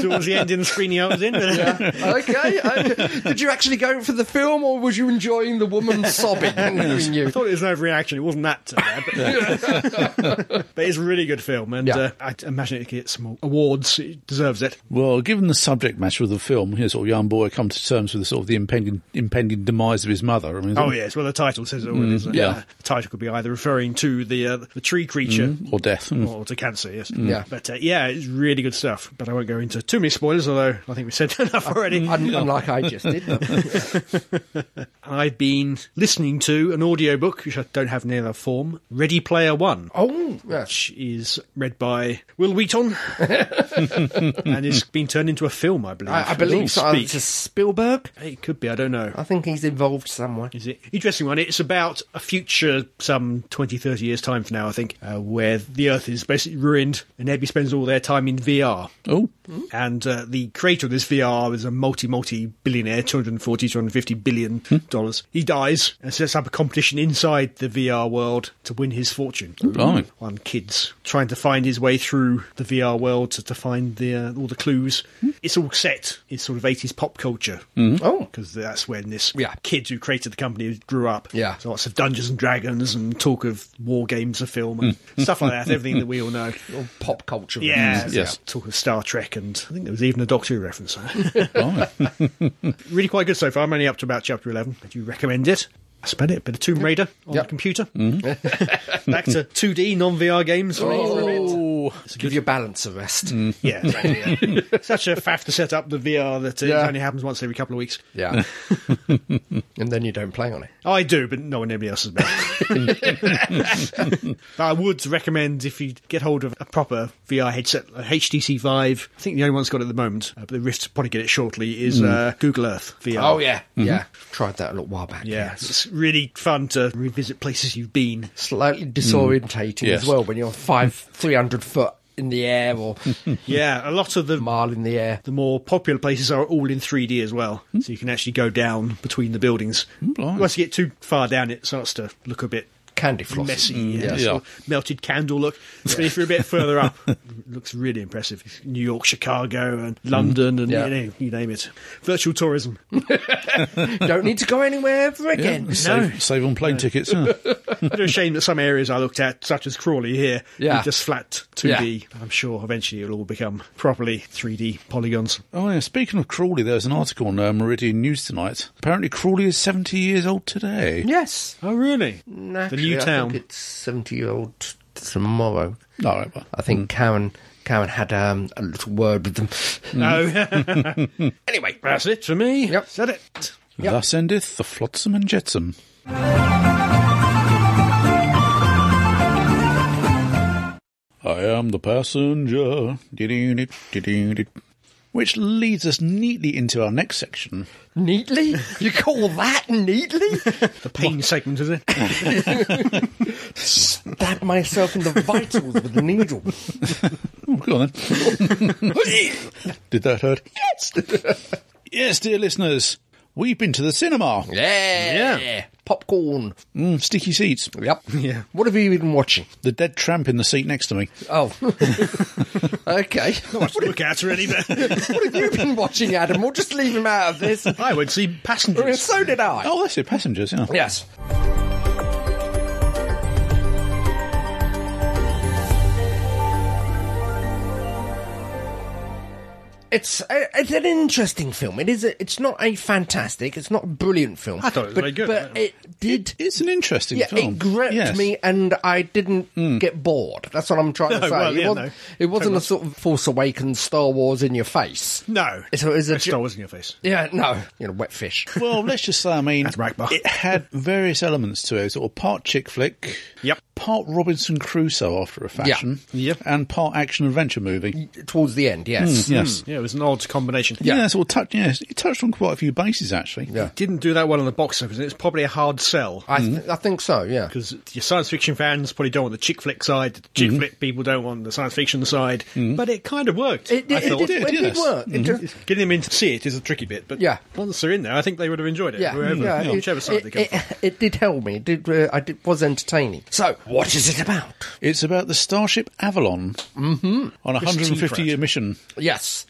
C: towards the end in the screening I was in.
D: Okay, okay. Did you actually go for the film or was you enjoying the woman sobbing? between you?
C: I thought it was an overreaction. It wasn't that uh, bad, but, but it's a really good film, and
D: Yeah.
C: uh, I imagine it gets some awards. It deserves it.
A: Well, given the subject matter of the film, you know, sort of young boy come to terms with the sort of the impending impending demise of his mother. I mean,
C: Oh yes, well the title says it
D: Mm,
C: all, doesn't it?
A: yeah.
C: the title could be either referring to the uh, the tree creature
A: or death. Mm.
C: or to cancer. Yes,
D: Yeah.
C: But uh, yeah, it's really good stuff. But I won't go into too many spoilers, although I think we said enough already.
D: Un- Unlike I just did.
C: I've been listening to an audiobook, which I don't have in any other form. Ready Player One.
D: Oh, yeah.
C: which is read by Will Wheaton, and it's been turned into a film, I believe.
D: I, I
C: Ooh,
D: believe so.
C: speak.
D: It's a Spielberg.
C: It could be. I don't know.
D: I think he's involved somewhere.
C: Is it interesting one? It's about a future, some 20, 30 years time from now, I think, uh, where the Earth is basically ruined, and everybody spends all their time in VR.
A: Oh,
C: And uh, the creator of this VR is a multi, multi billionaire, 240, 250 billion dollars. He dies and sets up a competition inside outside the VR world to win his fortune
A: Blimey.
C: on kids trying to find his way through the VR world to, to find the uh, all the clues. It's all set in sort of 80s pop culture.
D: Oh.
C: Because that's when this
D: Yeah.
C: kid who created the company grew up.
D: Yeah.
C: So lots of Dungeons and Dragons and talk of war games of film and
D: Mm.
C: stuff like that, everything that we all know.
D: Pop culture.
C: Yeah,
A: Yes.
C: talk of Star Trek, and I think there was even a Doctor Who reference.
D: Oh.
A: Blimey.
C: really quite good so far. I'm only up to about chapter 11. I do recommend it. I spent it, a bit of Tomb Raider on
D: Yep.
C: the computer. Back to 2D non VR games. for me for a bit.
D: Mm-hmm. Oh, Mm. give your balance a rest.
C: Yeah, exactly, yeah. such a faff to set up the VR that uh,
D: Yeah.
C: it only happens once every couple of weeks.
D: Yeah. and then you don't play on it.
C: Oh, I do, but no one anybody else has been. but I would recommend if you get hold of a proper VR headset, a HTC Vive. I think the only one's got it at the moment, uh, but the Rift probably get it shortly. Is uh, Google Earth VR?
D: Oh, yeah. Yeah. Tried that a little while back.
C: Yeah, it's really fun to revisit places you've been.
D: Slightly disorientating
A: Yes.
D: as well when you're five, 300 foot in the air or
C: Yeah, a lot of the
D: mile in the air.
C: the more popular places are all in 3D as well, so you can actually go down between the buildings.
A: blimey.
C: Once you get too far down, it starts to look a bit
D: Candy floss. Mm.
C: messy,
A: yeah.
C: yeah,
A: Yeah.
C: sort of melted candle look. But if you're a bit further up, it looks really impressive. New York, Chicago, and London, and
D: Mm. Yeah.
C: you, know, you name it. Virtual tourism.
D: Don't need to go anywhere ever
A: Yeah,
D: again.
A: Save, save on plane tickets. huh?
C: It's a shame that some areas I looked at, such as Crawley here,
D: Yeah.
C: are just flat 2D. I'm sure eventually it'll all become properly 3D polygons.
A: Oh, yeah. Speaking of Crawley, there was an article on uh, Meridian News tonight. Apparently, Crawley is 70 years old today.
D: Yes.
C: Oh, really?
D: Actually,
C: new
D: I
C: town.
D: think it's 70 year old t- tomorrow.
A: All right, well.
D: I think Karen Karen had um, a little word with them.
C: Mm. No. Oh. anyway, that's it for me.
D: Yep.
C: Is that it?
A: Thus endeth the flotsam and jetsam. I am the passenger. Dee-dee-dee, dee-dee-dee. Which leads us neatly into our next section.
D: neatly? You call that neatly?
C: The pain segment, is it?
D: Stab myself in the vitals with a needle.
A: Oh, go on then. Did that hurt? Yes! yes, dear listeners, we've been to the cinema.
D: Yeah. Popcorn.
A: Mm, sticky seats.
D: Yep. Yeah. What have you been watching?
A: The dead tramp in the seat next to me.
D: Oh. okay.
C: Not much to look at really, but
D: What have you been watching, Adam? We'll just leave him out of this.
C: I would see passengers.
D: So did I.
A: Oh, that's it, passengers, yeah.
D: Yes. It's a, it's an interesting film. It is. A, it's not a fantastic. It's not a brilliant film.
C: I thought it was
D: but,
C: very good.
D: but it did.
A: It's an interesting
D: yeah,
A: film.
D: it gripped
A: Yes.
D: me, and I didn't get bored. That's what I'm trying to
C: No,
D: say.
C: Mm. well,
D: it
C: yeah,
D: wasn't,
C: no.
D: it wasn't a sort of Force Awakens, Star Wars in your face.
C: No.
D: It's a- it's a
C: There's
D: ju-
C: Star Wars in your face.
D: Yeah, no, you know, wet fish.
A: Well, let's just say, I mean,
C: That's right, Mark.
A: it had various elements to it. Sort of part chick flick,
C: Yep.
A: part Robinson Crusoe after a fashion,
C: Yep.
A: and part action adventure movie.
D: Towards the end, yes.
A: Yes.
C: Hmm, Mm. Yeah, it was an odd combination.
A: Yeah, it's all touch, yeah, it touched on quite a few bases actually.
D: Yeah.
C: Didn't do that well on the box office. and It's probably a hard sell.
D: I, th- I think so. Yeah.
C: because your science fiction fans probably don't want the chick flick side. The chick
D: Mm-hmm.
C: flick people don't want the science fiction side. But it kind of worked.
D: It,
C: I
D: it, it,
C: thought.
D: did, it did
A: yes.
D: work.
C: Hmm.
D: It did-
C: Getting them in to see it is a tricky bit, but
D: Yeah.
C: once they're in there, I think they would have enjoyed it.
D: yeah,
C: whoever,
D: yeah,
C: yeah, whichever side they
D: it,
C: come
D: it, it did help me. It did, uh, I did, was entertaining. So, what is it about?
A: It's about the starship Avalon
C: Mm-hmm.
A: on a
C: It's
A: 150 year
C: T-Pratt.
A: mission.
D: Yes,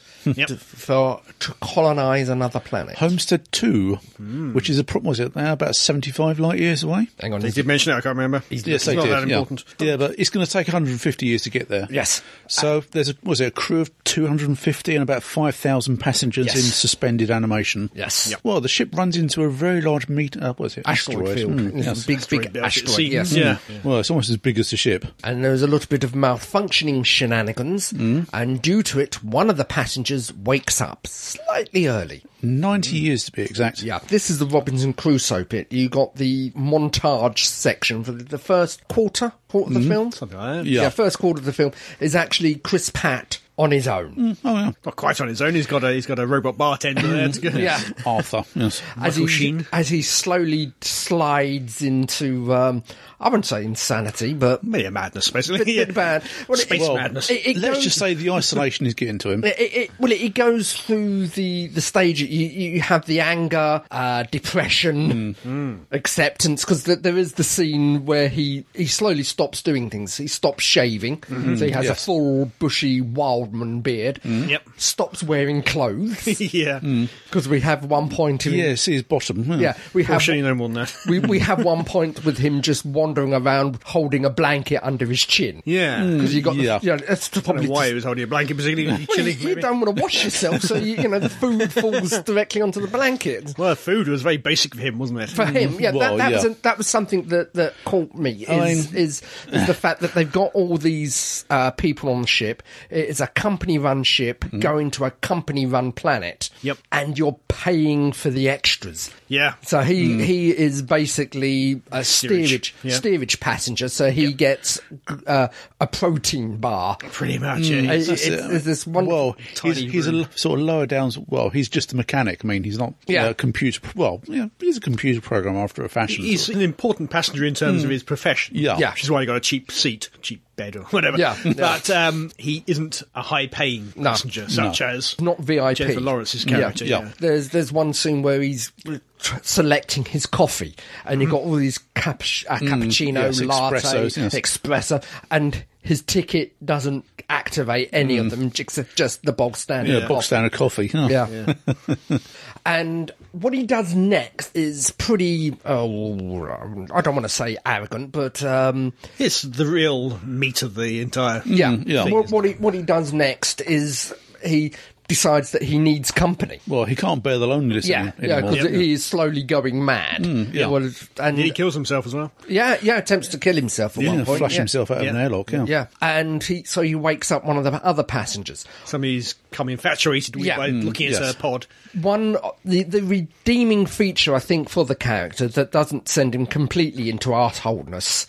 C: Yep.
D: to, for to colonize another planet.
A: Homestead 2,
C: Hmm.
A: which is a pro- what was it now about 75 light years away?
D: Hang on,
C: They
D: is
C: did mention it. I can't remember.
A: Yes,
C: it's
A: they
C: not
A: did.
C: that
A: yeah.
C: important.
A: Yeah, but it's going to take 150 years to get there.
D: Yes.
A: So there's a was it a crew of 250 and about 5,000 passengers
D: Yes.
A: in suspended animation.
D: Yes. Yep.
A: Well, the ship runs into a very large meat. Uh, what is it?
D: asteroid, field,
A: Mm,
D: It's a
A: yes.
D: big,
C: Hmm, Asteroid
D: big
C: belt, it
D: asteroid.
C: seems.
D: Yes.
C: Yeah.
A: Well, it's almost as big as the ship.
D: and there was a little bit of malfunctioning shenanigans,
C: Hmm.
D: and due to it, one of the passengers wakes up slightly early.
A: 90 years to be exact.
D: Mm. Yeah, this is the Robinson Crusoe bit. You got the montage section for the, the first quarter, quarter of the film.
C: Mm-hmm. Something like that.
A: Yeah.
D: first quarter of the film is actually Chris Pratt on his own.
C: Mm-hmm.
A: Oh, yeah.
C: Not quite on his own. He's got a he's got a robot bartender there. To go.
D: Yeah.
A: Arthur. Yes.
D: As
C: Michael
D: he,
C: Sheen.
D: as he slowly slides into, um, I wouldn't say insanity, but
C: Media madness, basically.
D: bit, bit
C: Yeah.
D: bad. Well,
C: Space
D: well,
C: madness.
D: It, it
A: Let's
D: goes-
A: just say the isolation is getting to him.
D: It, it, it- well, it, it goes through the the stage. You, you have the anger, uh, depression, acceptance, because th- there is the scene where he he slowly stops doing things. He stops shaving, so he has a
A: yes.
D: full bushy wildman beard.
C: Yep.
D: Stops wearing clothes
C: yeah.
D: because we have one point. In,
A: Yeah, see his bottom. Yeah.
D: yeah, we have.
C: Fortunately, no more than that.
D: we, we have one point with him just wandering around holding a blanket under his chin.
C: Yeah.
D: Because you got,
A: Yeah.
D: the, you know, that's
C: I
D: probably
C: don't know why he was holding a blanket, particularly
D: Well, you,
C: chilly.
D: you don't want to wash yourself, so you, you know the food falls directly onto the blanket.
C: Well, the food was very basic for him, wasn't it? Hmm.
D: For him, yeah,
A: Well,
D: that, that
A: yeah.
D: was a, that was something that, that caught me
A: I
D: is, is is the fact that they've got all these uh, people on the ship. It's a company run ship
A: Mm-hmm.
D: going to a company run planet.
C: Yep.
D: and you're paying for the extras.
C: Yeah.
D: So he
A: Mm.
D: he is basically a steerage
C: Steerage,
D: steerage,
C: yeah.
D: passenger. So he gets uh, a protein bar.
C: Pretty much, yeah.
D: It-
A: That's
D: it's-
A: it.
D: it's this one
A: well, he's,
C: tiny
A: he's a
C: room.
A: l- sort of lower down. Well, he's just a mechanic. I mean, he's not
D: Yeah.
A: a computer. pro- Well, yeah, he's a computer programmer after a fashion.
C: He's an important passenger in terms of his profession.
A: Yeah.
D: Hmm. Yeah.
C: Which is why he got a cheap seat, cheap bed, or whatever.
D: Yeah.
C: But um, he isn't a high paying passenger, such as
D: not VIP.
C: Jennifer Lawrence's character.
A: Yeah.
C: Yeah.
A: Yeah.
D: There's there's one scene where he's tr- selecting his coffee, and you've got all these cap- uh,
A: Mm-hmm.
D: cappuccino,
A: Mm, yes,
D: latte,
A: espressos, yes.
D: espresso, and his ticket doesn't activate any of them, except just the bog standard.
A: Mm. yeah,
D: coffee.
A: box down a coffee. huh?
D: Yeah. and what he does next is pretty. Oh, I don't want to say arrogant, but um,
C: It's the real meat of the entire.
D: yeah.
A: Mm, yeah.
D: What, what he what he does next is he decides that he needs company.
A: Well, he can't bear the loneliness
D: Yeah,
A: any-
D: yeah,
A: anymore. Mm,
D: because he is slowly going mad.
A: yeah.
D: Well, and
C: He kills himself as well.
D: yeah, yeah, attempts to kill himself at
A: Yeah,
D: one point.
A: flush
D: yeah.
A: himself out of an
C: Yeah.
A: airlock. Yeah.
D: Yeah, and he so he wakes up one of the other passengers.
C: Somebody's come infatuated with
D: Yeah.
C: by
D: Mm,
C: looking at
A: yes.
C: her pod.
D: One the the redeeming feature I think for the character that doesn't send him completely into arseholeness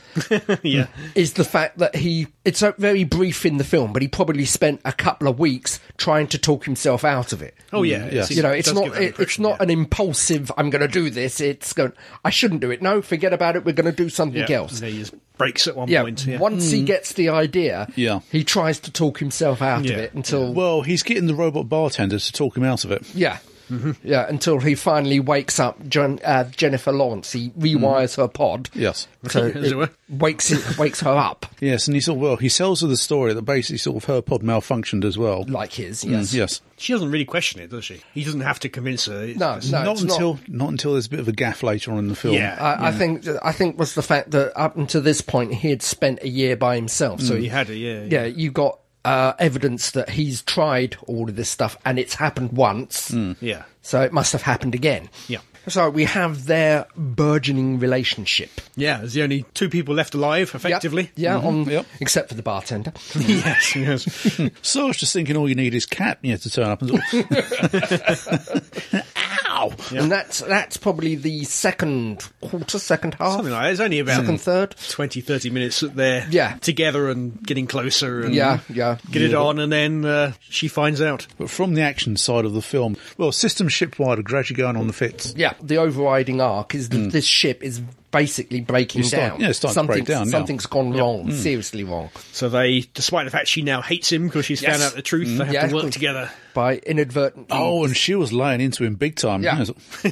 C: yeah.
D: is the fact that he it's uh, very brief in the film, but he probably spent a couple of weeks trying to talk himself out of it.
C: Oh, yeah.
A: yes.
D: Hmm. you know, it's
C: does
D: not
C: give that
D: it, it's
C: impression,
D: not
C: yeah.
D: an impulsive. I'm going to do this. It's going. I shouldn't do it. No, forget about it. We're going to do something
C: Yeah.
D: else.
C: And He just breaks at one
D: yeah,
C: point. Yeah.
D: once he gets the idea,
A: Hmm. Yeah.
D: he tries to talk himself out
C: Yeah.
D: of it until
A: Well, he's getting the robot bartender to talk him out of it.
D: yeah.
C: Mm-hmm.
D: Yeah, until he finally wakes up Jen, uh, Jennifer Lawrence. He rewires her pod.
A: Mm-hmm. Yes.
D: So
C: As it
D: it
C: were.
D: wakes it, wakes her up
A: Yes, and he sort of, well, he sells her the story that basically sort of her pod malfunctioned as well.
D: like his.
A: Mm,
D: Yes.
A: yes.
C: She doesn't really question it, does she? He doesn't have to convince her. It's
D: No,
C: just-
D: no,
A: not
D: it's
A: until not. until there's a bit of a gaff later on in the film.
C: Yeah.
D: I, I think I think was the fact that up until this point he had spent a year by himself.
A: Mm.
D: So
C: He had a yeah.
D: yeah, you got uh, evidence that he's tried all of this stuff and it's happened once.
A: Hmm.
C: Yeah.
D: So it must have happened again.
C: Yeah.
D: So we have their burgeoning relationship.
C: Yeah, there's the only two people left alive, effectively.
D: Yeah, on,
A: Mm-hmm. yep.
D: except for the bartender.
C: yes, yes.
A: So I was just thinking all you need is Cap yeah, to turn up and sort of, Ow!
D: And that's that's probably the second quarter, second half,
C: Something like that. It's only about
D: second third.
C: 20, 30 minutes that they're
D: Yeah.
C: together and getting closer and
D: Yeah, yeah.
C: get it on, and then uh, she finds out.
A: But from the action side of the film, well, systems shipwide are gradually going on the fits.
D: Yeah, the overriding arc is that this ship is basically
A: Hmm.
D: breaking
A: It's starting-
D: down.
A: yeah, Hmm. it's starting to
D: something's,
A: break down now.
D: Something's gone wrong, seriously wrong.
C: So they, despite the fact she now hates him because she's found
D: Yes. Mm-hmm.
C: out the truth, they have
D: Yeah,
C: to
D: cool.
C: work together.
D: By inadvertent.
A: Oh, and she was laying into him big time.
D: Yeah.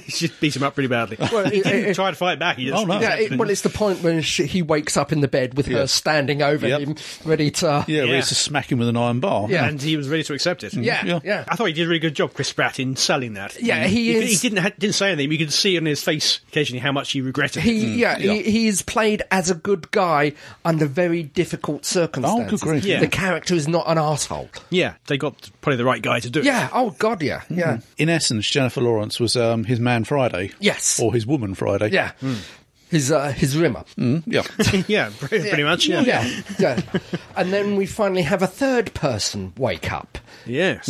C: she beats him up pretty badly.
D: Well,
C: he
D: it-
C: didn't
D: it-
C: try to fight back. He just,
A: Oh, no.
D: yeah, it, well, it's the point when she, he wakes up in the bed with her
A: Yes.
D: standing over
A: Yep.
D: him, ready to.
A: Yeah, we
C: Yeah.
A: used to smack him with an iron bar.
D: Yeah.
C: and he was ready to accept it.
D: Yeah,
A: Yeah.
D: yeah.
C: I thought he did a really good job, Chris Pratt, in selling that.
D: Yeah, he
C: could-
D: is-
C: He didn't ha- didn't say anything. but You could see on his face occasionally how much he regretted. it.
D: He, yeah,
A: Mm, yeah.
D: He, he's played as a good guy under very difficult circumstances.
A: Oh, grief.
C: Yeah.
D: The character is not an asshole.
C: Yeah, they got probably the right guy to do it.
D: Yeah. Oh God. Yeah.
A: Mm.
D: Yeah.
A: In essence, Jennifer Lawrence was um, his man Friday.
D: Yes.
A: Or his woman Friday. Mm-hmm.
D: Yeah. his uh, his rimmer.
A: Yeah.
C: yeah, pretty, pretty much. Yeah.
D: Yeah, yeah. and then we finally have a third person wake up.
C: Yes.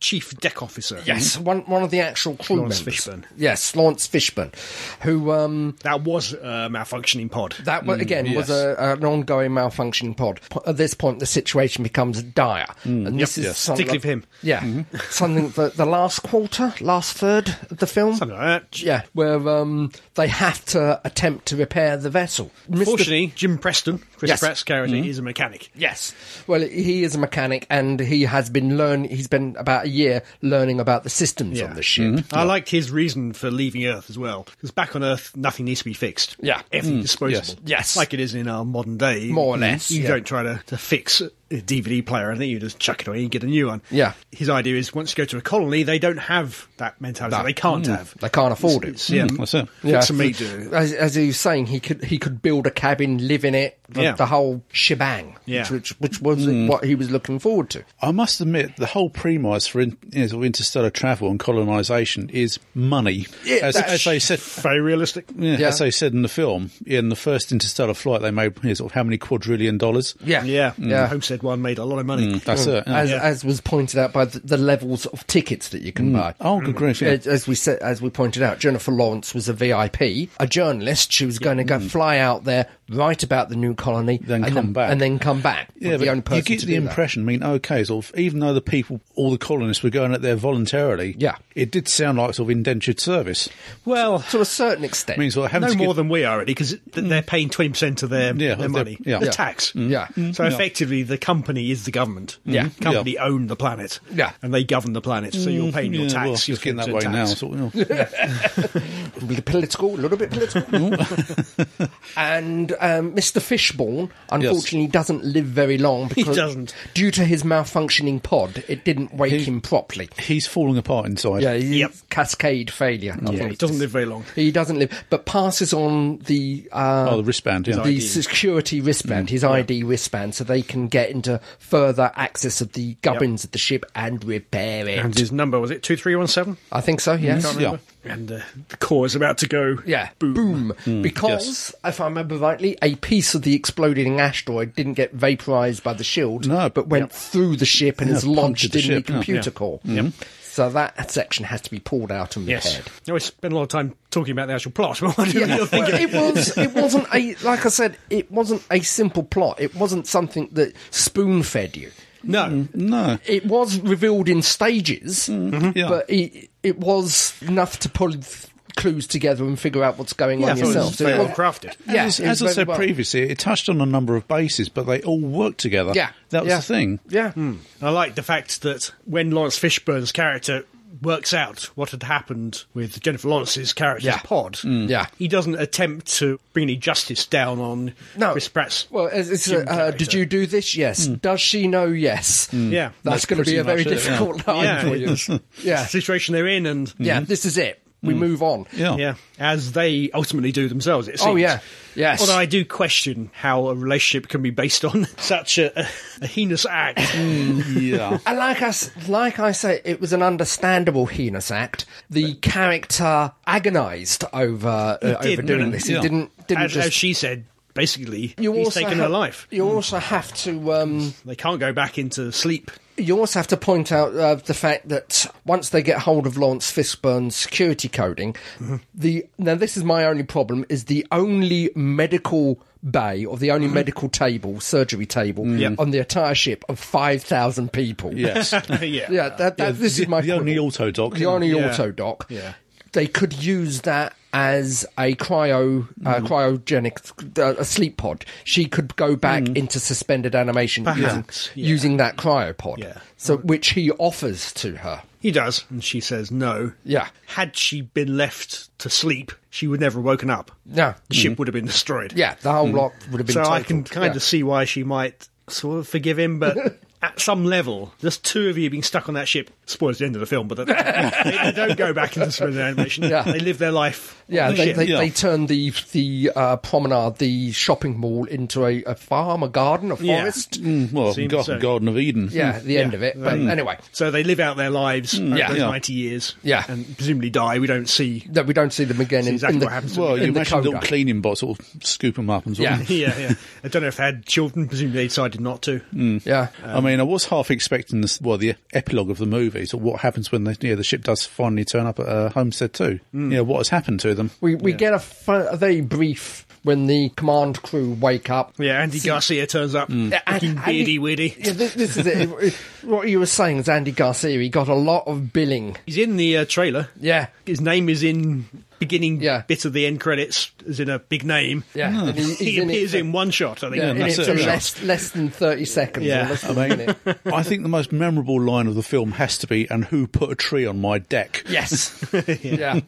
C: Chief deck officer.
D: Yes, one one of the actual crew
C: Lawrence
D: members.
C: Fishburne.
D: Yes, Lawrence Fishburne, who um,
C: That was a malfunctioning pod.
D: that wa- again was
C: Mm, yes.
D: a, an ongoing malfunction pod. P- At this point, the situation becomes dire, and this is
C: Mm, yes.
D: something
C: Particularly for him. Mm-hmm.
D: Yeah, something that the last quarter, last third of the film.
C: Something like that.
D: yeah, where um, they have to attempt to repair the vessel. Mr.
C: Fortunately, Jim Preston, Chris
D: Yes.
C: Pratt's character, is a mechanic.
D: Yes. Well, he is a mechanic, and he has been learn. He's been about a year learning about the systems on the ship.
C: I liked his reason for leaving Earth as well. Because back on Earth, nothing needs to be fixed.
D: Yeah. Mm.
C: Everything is disposable.
D: yes. Yes.
C: Like it is in our modern day.
D: More or
C: You-
D: less,
C: You
D: yeah.
C: don't try to, to fix a DVD player or anything. You just chuck it away and get a new one.
D: Yeah.
C: His idea is once you go to a colony, they don't have that mentality. They can't have.
D: Mm. They can't afford it.
C: It's, yeah.
A: That's it.
C: Yeah. It's a me do.
D: As, as he was saying, he could he could build a cabin, live in it, the,
C: Yeah.
D: the whole shebang,
C: Yeah.
D: which, which which was
A: Mm.
D: what he was looking forward to.
A: I must admit, the whole premise for in, you know, sort of interstellar travel and colonisation is money.
D: Yeah,
A: as,
D: that-
A: as they said,
C: Very realistic.
A: yeah,
D: Yeah.
A: as they said in the film, in the first interstellar flight, they made you know, sort of how many quadrillion dollars?
D: Yeah,
C: Yeah.
D: Yeah.
C: Homestead One made a lot of money.
D: Mm.
A: That's it. yeah.
D: As
C: Yeah.
D: as was pointed out by the, the levels of tickets that you can buy.
A: oh, good grief! Yeah.
D: As, as we said, as we pointed out, Jennifer Lawrence was a VIP, a journalist. She was going to go fly out there, write about the new colony,
A: Mm. Then
D: and
A: come back.
D: and then come back.
A: Yeah,
D: the
A: but
D: only person
A: you get
D: to
A: the
D: do that.
A: impression. I mean, okay, sort of, even though the people, all the colonists were going out there voluntarily,
D: Yeah.
A: it did sound like sort of indentured service.
C: Well,
D: to a certain extent.
A: I mean, sort of having
C: no
A: to get-
C: more than we are already because they're paying 20% of their,
A: Yeah,
C: their
A: of their-
C: money.
A: yeah.
C: The
A: Yeah.
C: tax. Mm.
D: Yeah.
C: So effectively, the company is the government.
D: Yeah.
C: Company own the planet.
D: Yeah.
C: And they govern the planet. So you're paying your
A: Mm. Yeah,
C: tax.
A: well,
C: you're
A: it's getting that
C: paying
A: way
C: tax.
A: now. Sort of, you know.
D: a little political, a little bit
A: Mm.
D: political. and um, Mr. Fishborn, unfortunately, doesn't live very long because
C: doesn't.
D: due to his malfunctioning pod, it didn't wake him properly.
A: He's falling apart inside.
D: Yeah, he's
C: Yep.
D: cascade failure. I
C: Yeah,
D: think.
C: it doesn't live very long.
D: He doesn't live, but passes on the uh,
A: Oh, the wristband. Yeah.
D: the security wristband, his ID wristband, so they can get into further access of the gubbins of the ship and repair it.
C: And his number, was it 2317?
D: I think so. Yes.
A: yeah.
C: And uh, the core is about to go.
D: Yeah, boom.
A: Hmm.
D: because, if I remember rightly, a piece of the exploding asteroid didn't get vaporized by the shield,
A: No.
D: but went through the ship and is
A: punctured
D: launched
A: the
D: in the
A: ship, yeah.
D: computer core. So that section has to be pulled out and
C: Yes.
D: repaired.
C: No, we spent a lot of time talking about the actual plot. What do you
D: Yeah,
C: think?
D: well, it was. It wasn't a like I said. It wasn't a simple plot. It wasn't something that spoon fed you.
C: No.
A: No.
D: It was revealed in stages,
A: Hmm. Yeah.
D: but it, it was enough to pull th- clues together and figure out what's going
C: Yeah, I
D: on
C: thought it
D: yourself.
C: was very
D: it
C: well
D: was-
C: crafted.
D: yeah,
A: as,
D: it
A: as
D: was
A: I
D: very
A: said
D: well.
A: previously, it touched on a number of bases, but they all worked together.
D: Yeah,
A: that was
D: yeah.
A: the thing.
D: Yeah.
C: I like the fact that when Lawrence Fishburne's character works out what had happened with Jennifer Lawrence's character's
D: Yeah.
C: pod,
A: Hmm.
D: Yeah.
C: he doesn't attempt to bring any justice down on
D: No.
C: Chris Pratt's.
D: Well, it's, it's,
C: Jim
D: uh, uh,
C: character.
D: did you do this? Yes. Does she know? Yes.
C: Yeah.
D: That's,
A: Hmm. That's
D: going to be
A: pretty
D: a very
A: much it, yeah.
D: difficult line
C: Yeah,
D: for
C: it
D: you. yeah.
C: situation they're in, and
D: Yeah. This is it. We move on.
A: Hmm. Yeah,
C: yeah, as they ultimately do themselves. It seems.
D: Oh yeah. Yes.
C: Although I do question how a relationship can be based on such a, a, heinous act.
D: Mm.
A: yeah.
D: and like I, s- like I say, it was an understandable heinous act. The character agonised over uh,
C: did,
D: over doing
C: didn't
D: this.
A: he?
D: He
A: Yeah.
D: didn't didn't
C: as,
D: just.
C: as she said, basically,
D: you
C: he's
D: also
C: taken
D: ha-
C: her life.
D: You also have to um,
C: They can't go back into sleep.
D: you also have to point out uh, the fact that once they get hold of Lawrence Fishburne's security coding,
A: Mm-hmm.
D: the now this is my only problem is the only medical bay or the only
A: Mm-hmm.
D: medical table, surgery table
A: Mm.
C: Yep.
D: on the entire ship of five thousand people.
A: yes.
C: yeah.
D: yeah. That, that, Uh, this
A: the,
D: is my
A: the only
D: quibble.
A: auto doc.
D: the only
C: Yeah.
D: auto doc.
C: Yeah.
D: They could use that as a cryo uh,
C: Mm.
D: cryogenic uh, a sleep pod. She could go back into suspended animation
C: Mm. Perhaps,
D: using,
C: yeah.
D: using that cryopod.
C: Yeah.
D: So which he offers to her.
C: He does, and she says no.
D: Yeah.
C: Had she been left to sleep, she would never have woken up.
D: No.
C: The ship would have been destroyed.
D: Yeah, the whole lot would have been.
C: Mm. So I can
D: totaled.
C: kind
D: Yeah.
C: of see why she might sort of forgive him, but at some level, just two of you being stuck on that ship spoils the end of the film, but they, they, they don't go back into the animation.
D: Yeah.
C: They live their life.
D: Yeah,
A: Oh,
D: they,
A: shit,
D: they,
A: yeah.
D: they turned the the uh, promenade, the shopping mall, into a, a farm, a garden, a
C: Yeah.
D: forest. Yeah,
A: Mm, well,
C: Seems
A: Gar-
C: so.
A: Garden of Eden.
D: the end of it.
C: Mm.
D: But anyway,
C: So they live out their lives over
D: Mm, yeah.
C: those
A: Yeah.
C: 90 years
D: Yeah.
C: and presumably die. We don't see
D: that we don't see them again. In,
C: exactly
D: in the,
C: what happens to
A: Well,
D: in
A: you
D: the
A: imagine little
D: coda.
A: cleaning bots sort of scoop them up and sort
D: Yeah.
A: of
C: yeah, yeah. I don't know if they had children. Presumably they decided not to.
D: Yeah,
A: I mean, I was half expecting this, well, the epilogue of the movie, so what happens when the, yeah, the ship does finally turn up at uh, Homestead 2.
D: Hmm.
A: Yeah, what has happened to them?
D: we we get a, fun, a very brief when the command crew wake up.
C: Yeah, Andy Garcia turns up looking
D: Mm. Andy-
C: beardy, weirdy.
D: Yeah, this, this is it. what you were saying is Andy Garcia. He got a lot of billing.
C: He's in the uh, trailer.
D: Yeah,
C: His name is in beginning
D: Yeah.
C: bit of the end credits, as in a big name.
D: yeah. and he, he's
C: Ah. He
D: in it
C: appears
D: for-
C: in one shot, I think.
D: yeah, in it
A: that's
D: for
A: it.
D: less less than thirty seconds.
C: Yeah.
D: or less than
A: I
D: a
A: mean-
D: minute.
A: I think the most memorable line of the film has to be, and who put a tree on my deck?
D: Yes. yeah.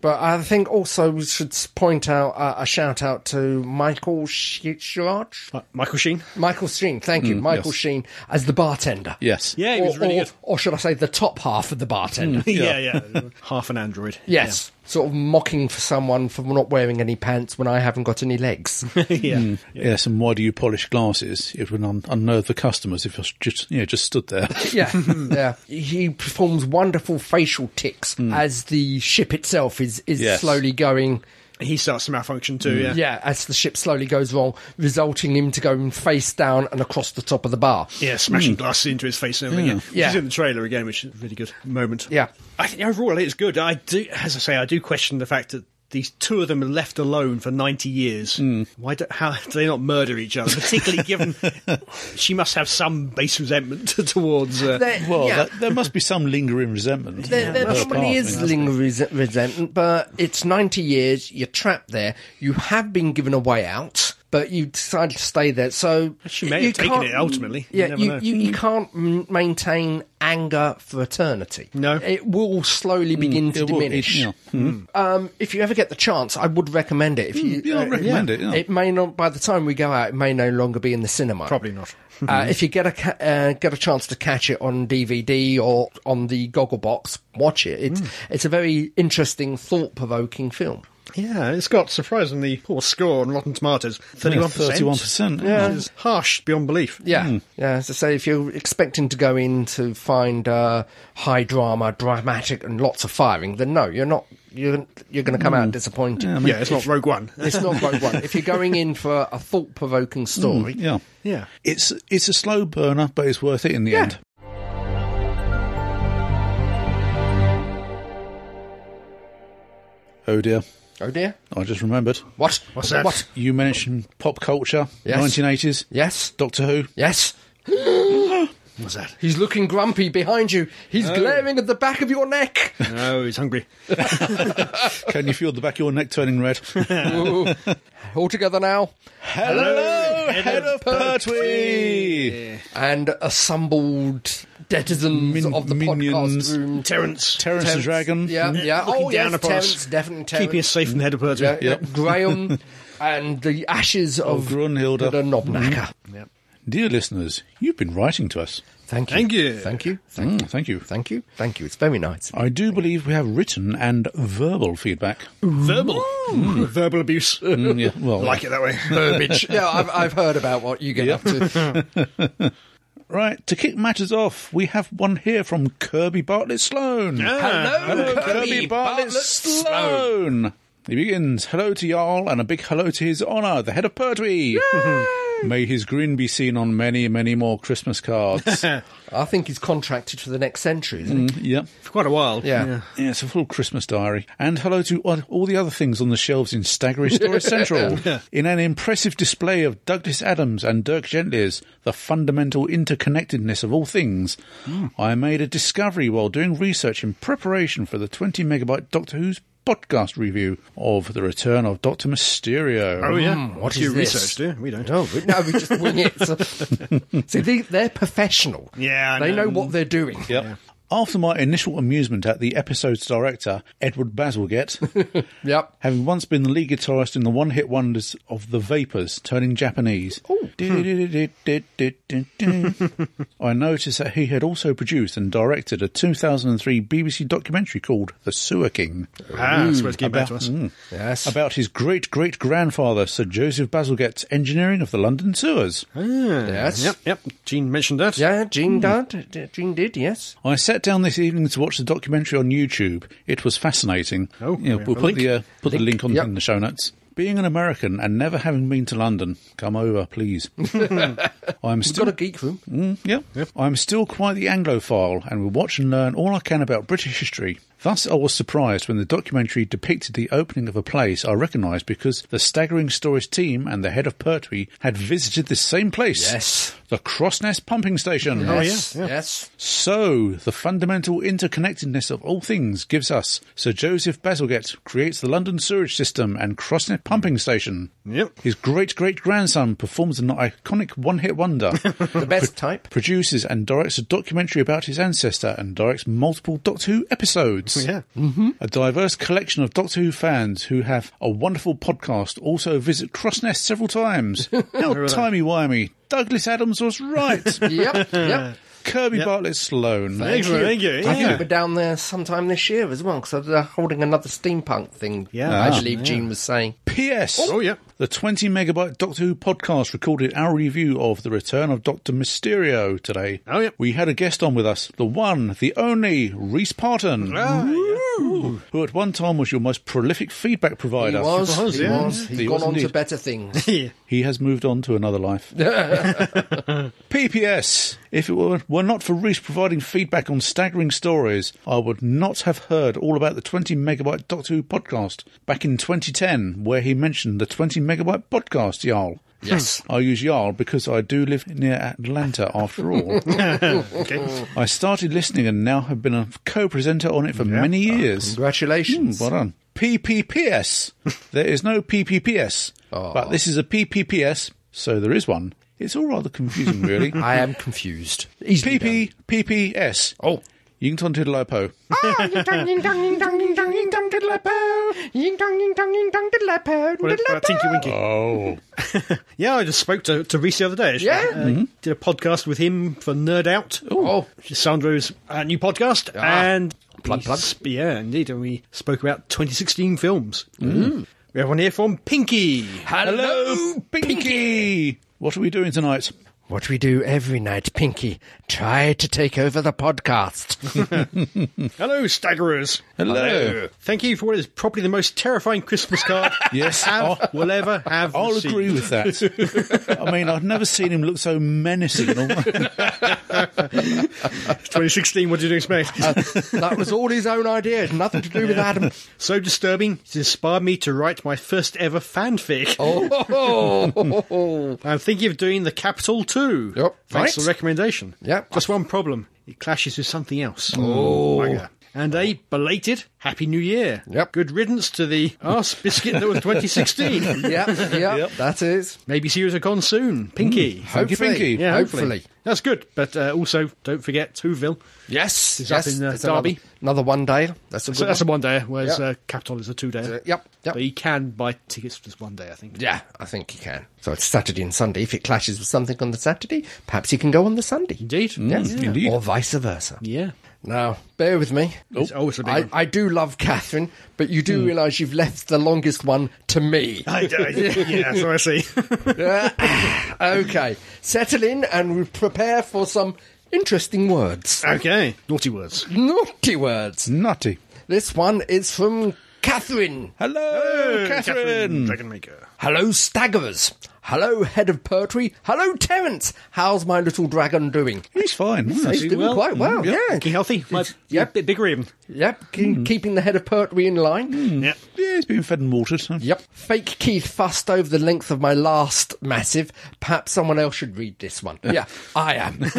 D: But I think also we should s- point out uh, a shout out to Michael Sh- Schwartz.
C: Mi- Michael Sheen.
D: Michael Sheen, thank you. Michael
A: yes.
D: Sheen as the bartender.
A: Yes.
C: Mm, Yeah, he was
D: or,
C: really
D: or,
C: good.
D: or should I say the top half of the bartender?
C: Yeah, yeah. Half an android.
D: yes. Sort of mocking for someone for not wearing any pants when I haven't got any legs.
C: Yeah. yeah.
D: Hmm.
A: Yes, and why do you polish glasses? It would un- unnerve the customers if you just, you know, just stood there.
D: yeah, yeah. He performs wonderful facial ticks as the ship itself is is
A: Hmm. Yes.
D: slowly going
C: He starts to malfunction too, yeah.
D: yeah, as the ship slowly goes wrong, resulting in him to go face down and across the top of the bar.
C: Yeah, smashing glasses into his face and everything. Yeah.
D: Hmm. Yeah.
C: He's in the trailer again, which is a really good moment.
D: Yeah.
C: I think overall it's good. I do, as I say, I do question the fact that these two of them are left alone for 90 years.
D: Hmm.
C: Why do, how do they not murder each other? Particularly given she must have some base resentment towards. Uh,
D: There,
A: Well,
D: yeah,
A: that, there must be some lingering resentment.
D: there,
A: on
D: there
A: her part, I
D: probably is
A: mean.
D: lingering rese- resentment, but it's 90 years, you're trapped there, you have been given a way out. But you decided to stay there, so
C: She may
D: you
C: have taken
D: can't-
C: it ultimately. You
D: Yeah,
C: never
D: you,
C: know.
D: you, you can't m- maintain anger for eternity.
C: No.
D: it will slowly begin to
A: Hmm, It will- it-
D: diminish.
A: yeah.
D: Um, if you ever get the chance, I would recommend it. If
C: Hmm,
D: you, uh,
A: yeah, I'd recommend it, yeah.
D: It may not. By the time we go out, it may no longer be in the cinema.
C: Probably not. Mm-hmm.
D: uh, if you get a ca- uh, get a chance to catch it on DVD or on the Goggle Box, watch it.
C: Mm.
D: It's it's a very interesting, thought provoking film.
C: Yeah, it's got surprisingly poor score on Rotten Tomatoes 31%.
A: 31%, yeah.
C: Which is harsh beyond belief.
D: Yeah, yeah. As I say, if you're expecting to go in to find uh, high drama, dramatic, and lots of firing, then no, you're not. You're you're going to come out disappointed.
C: Mm. Yeah, it's not Rogue One.
D: It's not Rogue One. If you're going in for a thought
C: Mm.
D: provoking story,
A: Yeah.
C: Yeah.
A: It's, it's a slow burner, but it's worth it in the end. Oh dear.
D: oh dear,
A: I just remembered.
D: what?
C: What's that?
D: What?
A: You mentioned pop culture,
D: Yes.
A: 1980s.
D: Yes,
A: Doctor Who.
D: yes.
C: What's that?
D: He's looking grumpy behind you.
C: Oh.
D: He's glaring at the back of your neck.
C: No, he's hungry.
A: Can you feel the back of your neck turning red?
D: Ooh. All together now,
A: Hello,
C: Head
A: head of
C: of
A: Pertwee.
D: and assembled denizens
A: Min-
D: of the
A: minions.
D: podcast room.
C: Terence.
A: Terrence the Dragon.
D: Yeah, yeah.
C: Hmm. Looking
D: oh,
C: down
D: yes,
C: upon us,
D: Terrence, definitely Terrence.
C: Keeping us safe from the head of Pertwee.
D: Yeah, yeah, Graham and the ashes of
A: Grunhilde.
D: the Knobknacker.
A: Dear listeners, you've been writing to us.
D: Thank you.
C: Thank you.
D: Thank you. Thank,
A: Mm, thank you.
D: thank you. Thank you. It's very nice.
A: I do believe we have written and verbal feedback.
C: Verbal. Mm. Verbal abuse.
A: Mm, yeah, well,
C: like it that way.
D: Burbage. yeah, I've, I've heard about what you get up to.
A: Right, to kick matters off, we have one here from Kirby Bartlett Sloan.
C: Ah,
D: Hello, Kirby Bartlett
A: Sloan. He begins, hello to Jarl and a big hello to his honour, the head of Pertwee. May his grin be seen on many, many more Christmas cards.
D: I think he's contracted for the next century, isn't he?
A: yep.
C: For quite a while.
D: Yeah.
A: Mm, Yeah, it's a full Christmas diary. And hello to all all the other things on the shelves in Staggery Storage Central. In an impressive display of Douglas Adams and Dirk Gently's The Fundamental Interconnectedness of All Things, I made a discovery while doing research in preparation for the 20 megabyte Doctor Who's podcast review of The Return of Doctor Mysterio.
C: Oh, yeah.
D: Mm. what
C: Do you
D: is this?
C: research, do you? We don't.
D: No, Oh, we, no, we just wing it. So, see, they, they're professional.
C: Yeah, I
D: they
C: know.
D: know what they're doing.
A: Yep. After my initial amusement at the episode's director, Edward Bazalgette,
D: Yep.
A: having once been the lead guitarist in the one hit wonders of The Vapors, turning Japanese, I noticed that he had also produced and directed a 2003 BBC documentary called The Sewer King
C: Ah, that's where it's getting back to us.
A: Mm.
D: Yes.
A: about his great great grandfather, Sir Joseph Bazalgette's engineering of the London sewers.
D: yes.
C: Yep, yep. Gene mentioned that.
D: Yeah, Jean did. Jean did, yes.
A: I sat down this evening to watch the documentary on YouTube. It was fascinating.
C: Oh,
A: You know,
C: we have
A: we'll
C: a
A: put the uh, put the link on
D: Yep.
A: in the show notes. Being an American and never having been to London, come over, please. I'm
D: We've got
A: still
D: a geek room.
A: Mm, yeah. I'm still quite the Anglophile and will watch and learn all I can about British history. Thus, I was surprised when the documentary depicted the opening of a place I recognised because the Staggering Stories team and the head of Pertwee had visited this same place.
D: Yes.
A: The Crossness Pumping Station.
D: yes.
C: Oh,
D: Yes.
A: So, the fundamental interconnectedness of all things gives us Sir Joseph Bazalgette creates the London sewage system and Crossnet pumping station.
C: Yep.
A: His great great grandson performs an iconic one hit wonder,
D: The best type.
A: produces and directs a documentary about his ancestor, and directs multiple Doctor Who episodes.
C: Oh, Yeah.
A: A diverse collection of Doctor Who fans who have a wonderful podcast also visit Crossnest several times. How timey-wimey. Douglas Adams was right.
D: Yep. Yep.
A: Kirby Bartlett Sloan.
C: Excellent. Thank you.
D: I think
C: Yeah.
D: we were down there sometime this year as well because they're holding another steampunk thing.
C: Yeah.
D: I
C: Ah.
D: believe Jean was saying.
A: P.S.
C: Oh, yeah.
A: The 20 megabyte Doctor Who podcast recorded our review of The Return of Doctor Mysterio today.
C: Oh, yeah.
A: We had a guest on with us, the one, the only, Reese Parton,
C: Ah.
A: Woo! who at one time was your most prolific feedback
D: He
A: provider.
D: was. He was.
C: yeah.
D: He's
A: He
D: gone
A: was
D: on to
A: indeed.
D: better things.
C: Yeah.
A: He has moved on to another life. PPS. If it were, were not for Reese providing feedback on staggering stories, I would not have heard all about the 20 megabyte Doctor Who podcast back in 2010, where he mentioned the 20 megabyte podcast, Jarl.
D: Yes.
A: I use Jarl because I do live near Atlanta after all.
C: Okay.
A: I started listening and now have been a co presenter on it for many years.
C: Hmm,
A: Hmm,
D: Congratulations.
A: Well done. PPPS. there is no PPPS, but this is a PPPS, so there is one. It's all rather confusing, really.
D: I am confused. Ah,
C: Oh.
D: Easily done.
A: PPPS.
D: Oh.
A: Ying Ton Tiddlypo.
C: What about Tinky Winky?
A: Oh.
C: Yeah, I just spoke to, to Reese the other day. Actually.
D: Yeah?
C: Uh,
A: Mm-hmm.
C: Did a podcast with him for Nerd Out.
D: Oh.
C: Which is Sandro's uh, new podcast.
D: Ah.
C: And.
D: Plug,
C: we
D: plug.
C: sp- Yeah, indeed. And we spoke about 2016 films.
A: Mm.
C: Mm. We have one here from Pinky.
A: Hello, Pinky. What are we doing tonight?
D: What we do every night, Pinky. Try to take over the podcast.
C: Hello, Staggerers.
A: Hello.
C: Thank you for what is probably the most terrifying Christmas card
A: Yes,
C: have,
A: I'll-
C: will ever have.
A: I'll
C: received.
A: agree with that. I mean, I've never seen him look so menacing. and all-
C: 2016, what did you expect?
A: Uh.
D: that was all his own idea. Nothing to do with Adam.
C: so disturbing, it inspired me to write my first ever fanfic.
D: Oh.
C: I'm thinking of doing the Capital too.
D: Yep.
C: Thanks for
D: Right.
C: the recommendation.
D: Yep.
C: Just one problem. It clashes with something else. Oh. And a belated Happy New Year.
D: Yep.
C: Good riddance to the arse biscuit that was 2016.
D: yep, yep, That is.
C: Maybe see you at a con soon. Pinky.
A: Thank you,
D: Hopefully.
A: Pinky.
C: Yeah, hopefully.
D: Hmm. Hopefully.
C: That's good. But uh, also, don't forget Whoville.
D: Yes.
C: It's
D: yes.
C: up in, uh,
D: There's another-
C: Derby.
D: Another, one day. That's a good
C: So that's a
D: one.
C: one day, whereas
D: Yep.
C: uh, Capital is a two day.
D: Yep, yep.
C: But you can buy tickets for just one day, I think.
D: Yeah, I think he can. So it's Saturday and Sunday. If it clashes with something on the Saturday, perhaps he can go on the Sunday.
C: Indeed.
D: Yes.
A: indeed.
D: Or vice versa.
C: Yeah.
D: Now, bear with me.
C: It's always a big
D: I,
C: one.
D: I do love Catherine, but you do realise you've left the longest one to me.
C: I, I, yeah, so I see.
D: okay, settle in and we prepare for some interesting words.
C: okay. Naughty words.
D: Naughty words.
A: Nutty.
D: This one is from Catherine.
A: Hello, Catherine.
C: Dragon Maker.
D: Hello, staggerers. Hello, head of poetry. Hello, Terence. How's my little dragon doing?
A: He's fine.
D: He's doing
C: well.
D: quite well,
A: Mm, yep.
D: yeah.
C: Looking healthy. Might be a
D: Yep.
C: bit bigger even.
D: Yep, ke- keeping the head of poetry in line.
C: Yeah.
A: Yeah, he's been fed and watered.
D: Yep. Fake Keith fussed over the length of my last massive. Perhaps someone else should read this one. Yeah, I am.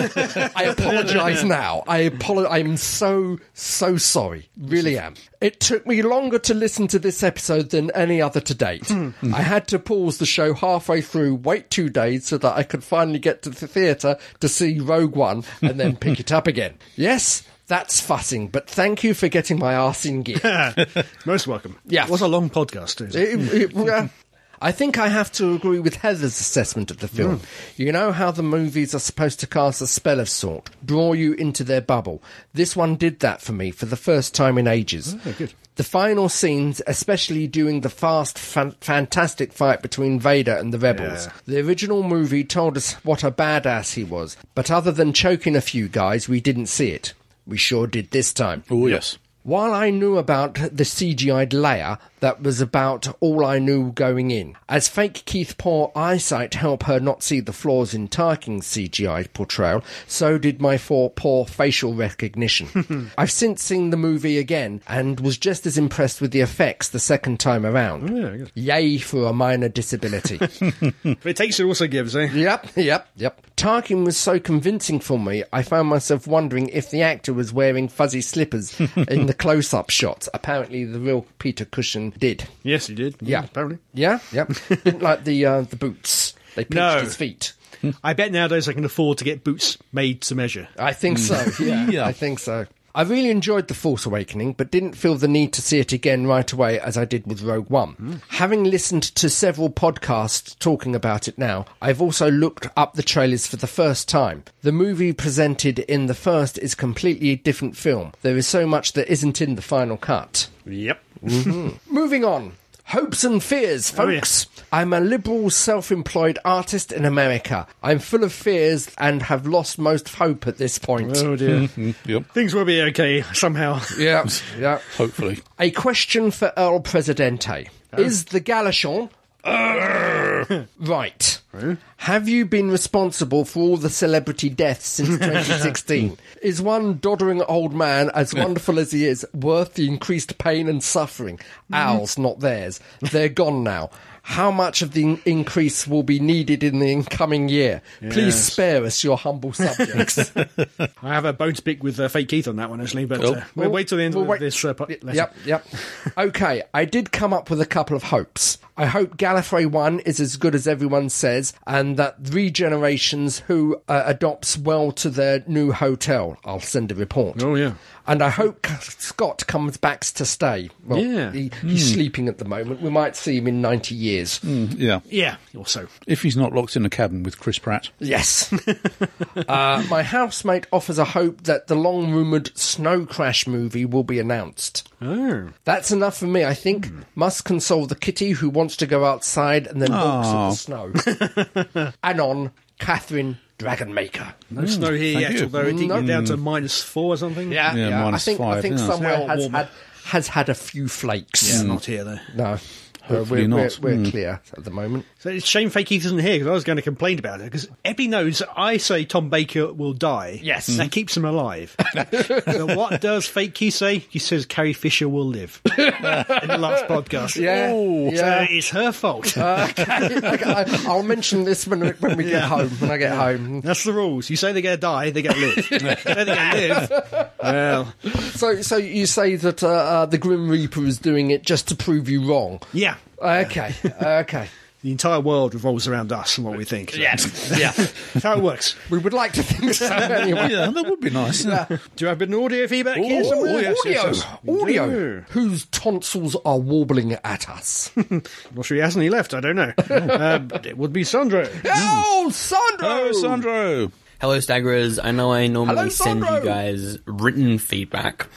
D: I apologise now. I apologize. I'm so, so sorry. Really am. It took me longer to listen to this episode than any other to date. I had to pause the show halfway through, wait two days so that I could finally get to the theatre to see Rogue One and then pick it up again. Yes. That's fussing, but thank you for getting my arse in gear.
C: Most welcome.
D: Yeah.
C: It was a long podcast, isn't it?
D: It- it- yeah. I think I have to agree with Heather's assessment of the
C: Mm.
D: film. You know how the movies are supposed to cast a spell of sort, draw you into their bubble. This one did that for me for the first time in ages.
C: Oh, good.
D: The final scenes, especially during the fast, fan- fantastic fight between Vader and the rebels.
C: Yeah.
D: The original movie told us what a badass he was, but other than choking a few guys, we didn't see it. We sure did this time.
A: Oh, yes.
D: While I knew about the CGI'd layer, that was about all I knew going in. As fake Keith poor eyesight helped her not see the flaws in Tarking's CGI portrayal, so did my four poor facial recognition. I've since seen the movie again and was just as impressed with the effects the second time around. Yay for a minor disability.
C: But it takes it also gives, eh?
D: Yep, yep, yep. Tarkin was so convincing for me, I found myself wondering if the actor was wearing fuzzy slippers in the close up shots. Apparently, the real Peter Cushing did.
C: Yes, he did.
D: Yeah.
C: Apparently.
D: Yeah, yep. Didn't like the, uh, the boots. They pinched
C: No.
D: his feet.
C: I bet nowadays I can afford to get boots made to measure.
D: I think so.
C: Mm.
D: Yeah,
A: Yeah.
D: I think so. I really enjoyed The Force Awakening, but didn't feel the need to see it again right away as I did with Rogue One.
C: Hmm.
D: Having listened to several podcasts talking about it now, I've also looked up the trailers for the first time. The movie presented in the first is completely a different film. There is so much that isn't in the final cut.
C: Yep.
D: Moving on. Hopes and fears,
C: Oh, yeah.
D: folks. I'm a liberal, self employed artist in America. I'm full of fears and have lost most hope at this point.
C: Oh dear.
A: Yep.
C: Things will be okay somehow.
D: Yeah, yeah.
A: Hopefully.
D: A question for El Presidente. Is the Galachon right? Have you been responsible for all the celebrity deaths since 2016? is one doddering old man, as wonderful as he is, worth the increased pain and suffering? Ours, not theirs. They're gone now. How much of the in- increase will be needed in the incoming year? Please
C: Yes.
D: spare us your humble subjects.
C: I have a bone to pick with uh, Fake Keith on that one, actually, but uh, we'll, wait till the end
D: We'll
C: of
D: wait-
C: this uh, po- Uh,
D: Y-
C: letter.
D: Yep, yep. okay, I did come up with a couple of hopes. I hope Gallifrey 1 is as good as everyone says, and that Regenerations, who uh, adopts well to their new hotel, I'll send a report.
C: Oh, yeah.
D: And I hope C- Scott comes back to stay. Well,
C: Yeah. Hmm.
D: he, he's sleeping at the moment. We might see him in 90 years.
A: Yeah.
C: Yeah, also.
A: If he's not locked in a cabin with Chris Pratt.
D: Yes. uh, my housemate offers a hope that the long rumoured Snow Crash movie will be announced.
C: Oh.
D: That's enough for me, I think.
A: Hmm.
D: Must console the kitty who wants to go outside and then walks in the snow.
A: Oh.
D: Anon, Catherine Dragonmaker.
A: Hmm.
C: No snow here
A: thank
C: yet,
A: you.
C: although it did get down to minus four or something.
A: Yeah,
D: I
A: minus
D: think I
A: five,
D: think
A: yeah.
D: somewhere
C: Now
D: has
C: warmer.
D: had, has had a few flakes.
C: Yeah, not here, though.
D: No, Uh,
A: Hopefully
D: we're,
A: not. Hmm.
D: We're, we're clear at the moment.
C: So it's a shame Fake Keith isn't here because I was going to complain about it because Eppy knows I say Tom Baker will die.
D: Yes.
C: That keeps him alive. but what does Fake Keith say? He says Carrie Fisher will live in the last podcast.
D: Yeah,
C: Ooh,
D: yeah. Uh.
C: So it's her fault.
D: Okay, I, I'll mention this when we- when we get home. When I get home,
C: That's the rules. You say they're going to die, they're going to live. You say they're going to live. Well,
D: so so you say that uh, uh, the Grim Reaper is doing it just to prove you wrong.
C: yeah.
D: Okay, okay.
C: The entire world revolves around us and what we think.
D: yeah.
C: That's how it works.
D: We would like to think so anyway.
A: Oh, Yeah, that would be nice.
C: Do you have an audio feedback here
D: Ooh,
C: somewhere?
D: audio, audio.
C: Yeah.
D: Whose tonsils are warbling at us?
C: Well, sure he hasn't. He left. I don't know. uh, but it would be Sandro.
D: oh, Sandro!
A: Oh, Sandro!
F: Hello, Staggerers. I know I normally
D: Hello,
F: send you
D: Sandro.
F: guys written feedback,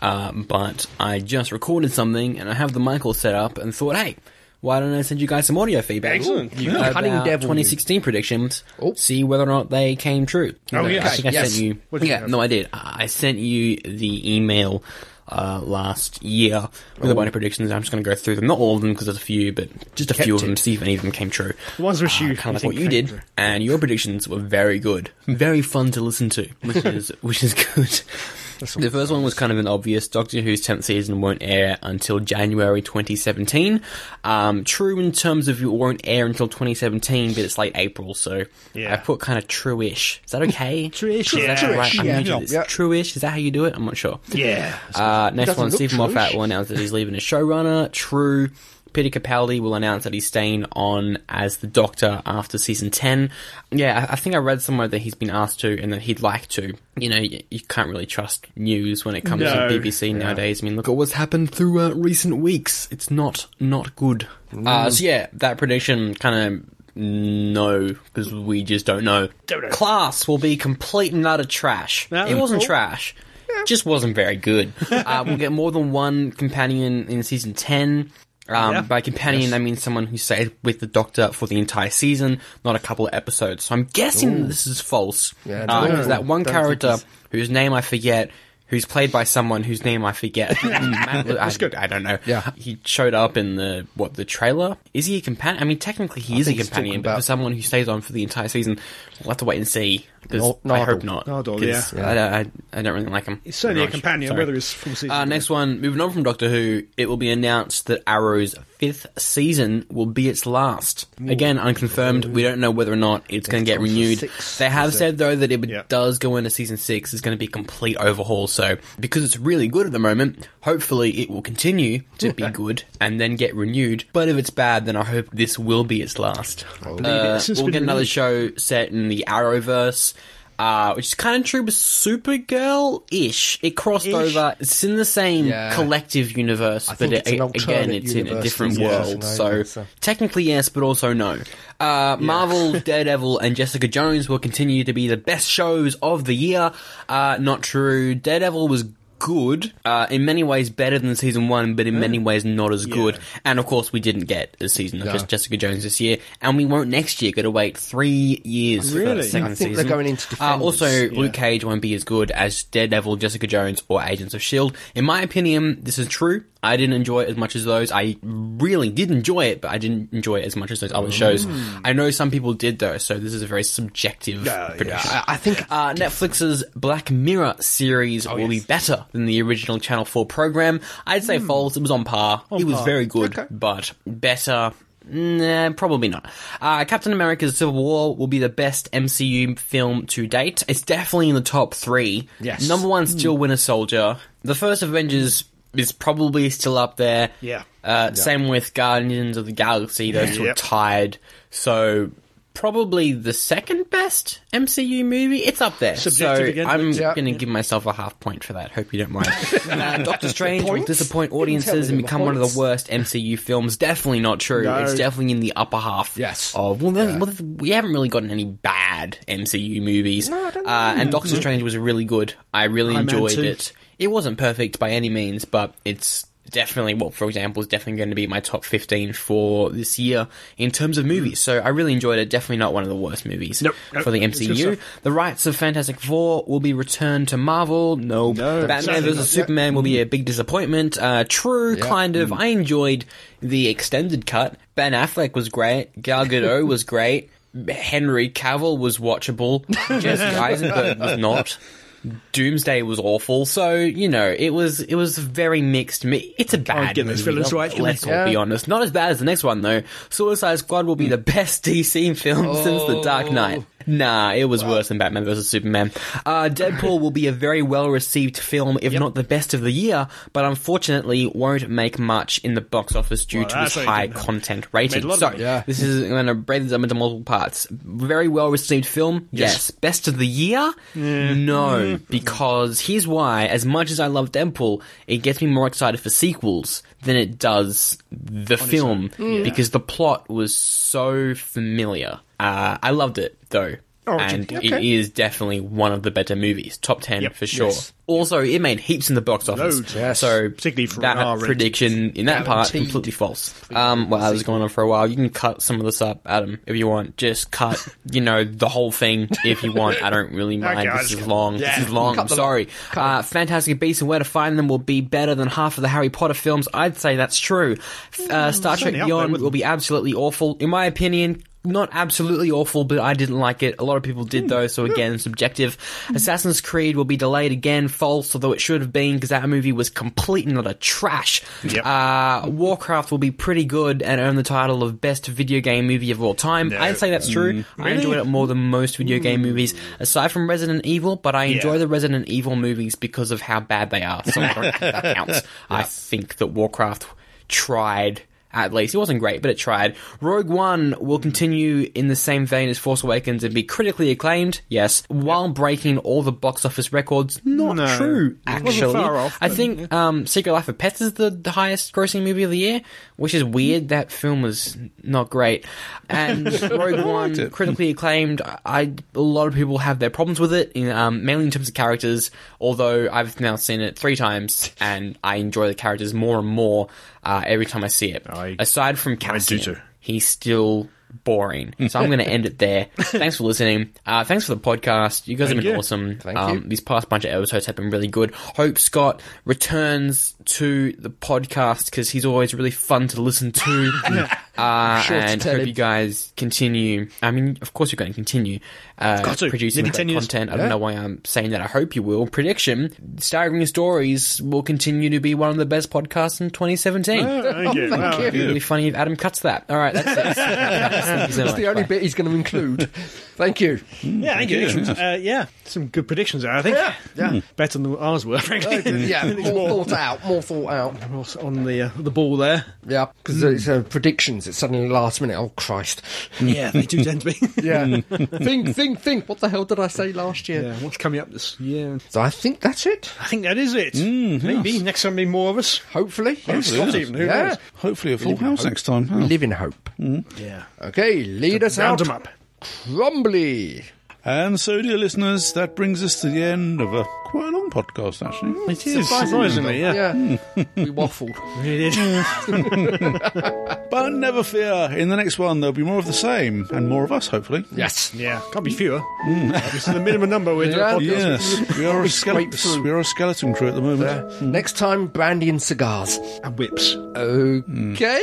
F: um, but I just recorded something and I have the mic all set up and thought, hey, why don't I send you guys some audio feedback?
C: Excellent.
F: You
D: Yeah. Cunning
F: about
D: devil,
F: 2016 predictions.
D: Oh.
F: See whether or not they came true. Oh,
D: yes.
F: I think I
D: Yes.
F: sent you.
C: did you
F: yeah,
C: have?
F: no, I did. I I sent you the email uh, last year with
C: Oh.
F: a bunch of predictions. I'm just going to go through them. Not all of them because there's a few, but just a few of them. See if any of them came true.
C: The ones which you-
F: kind
C: you
F: of like
C: think
F: what you
C: came
F: did
C: true.
F: and your predictions were very good, very fun to listen to, which is which is good. The first one was kind of an obvious. Doctor Who's tenth season won't air until January 2017. Um, true in terms of it won't air until 2017, but it's like April, so
C: Yeah.
F: I put kind of true-ish. Is that okay?
C: True-ish,
F: Is that
C: yeah.
F: right? I'm
D: Yeah.
F: new to this.
D: Yeah.
F: True-ish. Is that how you do it? I'm not sure.
C: Yeah.
F: Uh, next
D: doesn't
F: one,
D: look
F: Stephen
D: true-ish.
F: Moffat will announce that he's leaving as showrunner. True. Peter Capaldi will announce that he's staying on as the Doctor after season 10. Yeah, I, I think I read somewhere that he's been asked to and that he'd like to. You know, you, you can't really trust news when it comes
C: No.
F: to BBC nowadays. I mean, look at what's happened through uh, recent weeks. It's not, not good. Uh, so yeah, that prediction kind of no, because we just don't know. Class will be complete and utter trash.
C: Yeah,
F: it wasn't
C: cool.
F: trash. Just wasn't very good. uh, we'll get more than one companion in season 10. Um,
C: Yeah.
F: By companion, I mean someone who stayed with the Doctor for the entire season, not a couple of episodes. So I'm guessing this is false.
D: Yeah,
F: Uh,
D: no,
F: 'cause that one
D: don't think
F: character
D: it's-
F: whose name I forget, who's played by someone whose name I forget. Matt, I,
C: good.
F: I don't know.
D: Yeah.
F: He showed up in the, what, the trailer? Is he a companion? I mean, technically he is a
D: think he's
F: companion,
D: talking
F: but for
D: about-
F: someone who stays on for the entire season, we'll have to wait and see. 'cause
D: Nor-
F: I hope
D: Nardole.
F: not.
C: Nardole,
F: 'cause I, don't- I, I don't really like him.
C: He's certainly a
F: Very much.
C: companion,
F: Sorry.
C: whether it's full season.
F: Uh,
C: or
F: next one, moving on from Doctor Who, it will be announced that Arrow's fifth season will be its last. Again, unconfirmed. We don't know whether or not it's going to get renewed.
D: six,
F: They have said though that if it
C: Yeah.
F: does go into season six, it's going to be a complete overhaul. So because it's really good at the moment, hopefully it will continue to be good and then get renewed. But if it's bad, then I hope this will be its last. Uh,
C: It's just
F: we'll
C: been
F: get another
C: renewed.
F: show set in the Arrowverse. Uh, which is kind of true with Supergirl ish. It crossed over. It's in the same
D: Yeah.
F: collective universe, but
D: think
F: it,
D: it's an
F: again,
D: alternate
F: it's in a
D: universe
F: different
D: that's
F: world.
D: crossing
F: So,
D: over, so-
F: technically, yes, but also no. Uh, Marvel, Daredevil, and Jessica Jones will continue to be the best shows of the year. Uh, not true. Daredevil was good uh, in many ways better than season one but in many
D: Mm.
F: ways not as good and of course we didn't get a season of just jessica jones this year and we won't next year got to wait three years for
C: Really?
F: the second
D: I think they're
F: season
D: going into
F: uh, also
D: Defenders.
F: Luke Cage won't be as good as Daredevil, Jessica Jones, or Agents of S.H.I.E.L.D. E In my opinion, this is true. I didn't enjoy it as much as those. I really did enjoy it, but I didn't enjoy it as much as those other shows. I know some people did, though, so this is a very subjective prediction.
D: I, I think
F: Uh, Netflix's Black Mirror series will be better than the original Channel 4 program. I'd say false. It was on par. it was very good, but better. Nah, probably not. Uh, Captain America's Civil War will be the best MCU film to date. It's definitely in the top three.
D: Yes.
F: Number one, still Winter Soldier. The first Avengers is probably still up there.
C: Yeah.
F: Uh, Same with Guardians of the Galaxy. Those two are
C: Yep.
F: tied. So probably the second best MCU movie. It's up there. so
C: Subjective again,
F: I'm
D: yeah.
F: going to give myself a half point for that. Hope you don't mind. uh, Doctor Strange will
D: Points?
F: disappoint
D: You didn't tell me
F: audiences and
D: there were
F: become one of
D: points.
F: the worst MCU films. Definitely not true.
C: No.
F: It's definitely in the upper half.
D: Yes.
F: Of well, there's- well, there's- we haven't really gotten any bad MCU movies. No, I don't uh, and Doctor Strange was really good. I really
C: Man
F: enjoyed
C: too.
F: it. It wasn't perfect by any means, but it's definitely well, for example, is definitely going to be my top fifteen for this year in terms of movies. So I really enjoyed it. Definitely not one of the worst movies
C: Nope, nope,
F: for the
C: it's good
F: MCU. The rights of Fantastic Four will be returned to Marvel. No, Batman
C: certainly
F: vs Superman will be a big disappointment. Uh, true, kind
C: Mm.
F: of. I enjoyed the extended cut. Ben Affleck was great. Gal Gadot was great. Henry Cavill was watchable. Jesse Eisenberg was not. Doomsday was awful. So you know, it was it was very mixed. mi- It's a bad
C: get those
F: movie.
C: villains right, can
F: Let's
C: we?
F: all be honest. Not as bad as the next one though. Suicide Squad will be the best DC film since The
C: Oh.
F: Dark Knight. Nah, it was worse than Batman vs Superman. Uh, Deadpool will be a very well received film, if not the best of the year, but unfortunately won't make much in the box office due
C: Well,
F: to its
C: that's what you
F: high
C: didn't have.
F: content rating.
C: Made a lot of
F: So
C: money.
D: Yeah.
F: this is going to break this up into multiple parts. Very well received film, yes. Best of the year, no, because here's why. As much as I love Deadpool, it gets me more excited for sequels than it does the film because the plot was so familiar. Uh, I loved it though.
C: Oh,
F: and it is definitely one of the better movies, top ten
C: Yep.
F: for sure. Also, it made heaps in the box office.
C: Loads, yes.
F: So,
C: Particularly for an
F: that
C: R-rated.
F: prediction in that part
D: Guaranteed.
F: completely false. Um, well, I was going on for a while. You can cut some of this up, Adam, if you want. Just cut, you know, the whole thing if you want. I don't really mind.
C: Okay, I
F: this
C: just-
F: is long. This is long. I'm sorry. Uh, Fantastic Beasts and Where to Find Them will be better than half of the Harry Potter films. I'd say that's true. F- Uh, Star Trek
C: Mm, certainly up there
F: Beyond
C: with
F: will be absolutely awful, in my opinion. Not absolutely awful, but I didn't like it. A lot of people did though, so again, subjective. Assassin's Creed will be delayed again, false, although it should have been because that movie was complete and utter trash.
C: Yep.
F: Uh, Warcraft will be pretty good and earn the title of best video game movie of all time. I'd say that's
C: Mm.
F: true. I enjoyed it more than most video game movies, aside from Resident Evil. But I enjoy the Resident Evil movies because of how bad they are. So I don't think that counts. I think that Warcraft tried at least. It wasn't great, but it tried. Rogue One will
C: Mm.
F: continue in the same vein as Force Awakens and be critically acclaimed, yes, while breaking all the box office records. Not
C: No.
F: true,
C: It wasn't
F: actually.
C: far off,
F: I
C: but-
F: think um, Secret Life of Pets is the, the highest grossing movie of the year, which is weird. That film was not great. And Rogue One, critically acclaimed. I- I, a lot of people have their problems with it, in, um, mainly in terms of characters, although I've now seen it three times and I enjoy the characters more and more uh, every time I see it.
C: I-
F: Aside from Cassian,
C: too.
F: he's still boring. So I'm going to end it there. Thanks for listening. Uh, thanks for the podcast. You guys have been
C: you.
F: awesome.
D: Thank you.
F: These past bunch of episodes have been really good. Hope Scott returns to the podcast because he's always really fun to listen to. uh,
D: Sure to
F: and
D: tell
F: hope
D: him.
F: you guys continue. I mean, of course you're going to continue uh,
C: Got to.
F: producing
C: Nearly
F: great
C: 10 years.
F: content. I don't know why I'm saying that. I hope you will. Prediction: Staggering Stories will continue to be one of the best podcasts in 2017.
C: Oh, Thank you. Wow.
F: It'd be really funny if Adam cuts that. All right, that's it. He's in
D: That's
F: it.
D: the only
F: Bye.
D: bit he's going to include. Thank you.
C: Yeah, thank you. Uh, yeah, some good predictions there, I think. Hmm. Yeah, Oh, Better than ours were, frankly.
D: Yeah, more thought out. More thought out.
C: Also on the uh, the ball there.
D: Yeah, because it's uh, predictions. It's suddenly last minute. Oh Christ!
C: Yeah, they do tend to be.
D: Yeah, think, think, think. What the hell did I say last year?
C: yeah, what's coming up this year?
D: So I think that's it.
C: I think that is it. Maybe next time, be more of us.
D: Hopefully,
C: It's not even. Who
D: Yeah.
C: knows?
A: Hopefully a full house next time.
D: We
A: Oh.
D: live in hope.
C: Yeah.
D: Okay, lead us
C: Round
D: out.
C: them up.
D: Crumbly.
A: And so, dear listeners, that brings us to the end of a quite a long podcast, actually.
C: It is surprisingly, yeah.
D: Yeah, we waffled.
C: It is.
A: But never fear, in the next one there'll be more of the same, and more of us, hopefully.
D: Yes.
C: Yeah, can't be fewer. This is the minimum number we're
D: Yeah.
C: doing. podcast.
A: Yes, we are a
D: scrape through.
A: skeleton. We are a skeleton crew at the moment.
D: Next time, brandy and cigars.
C: And whips.
D: Okay.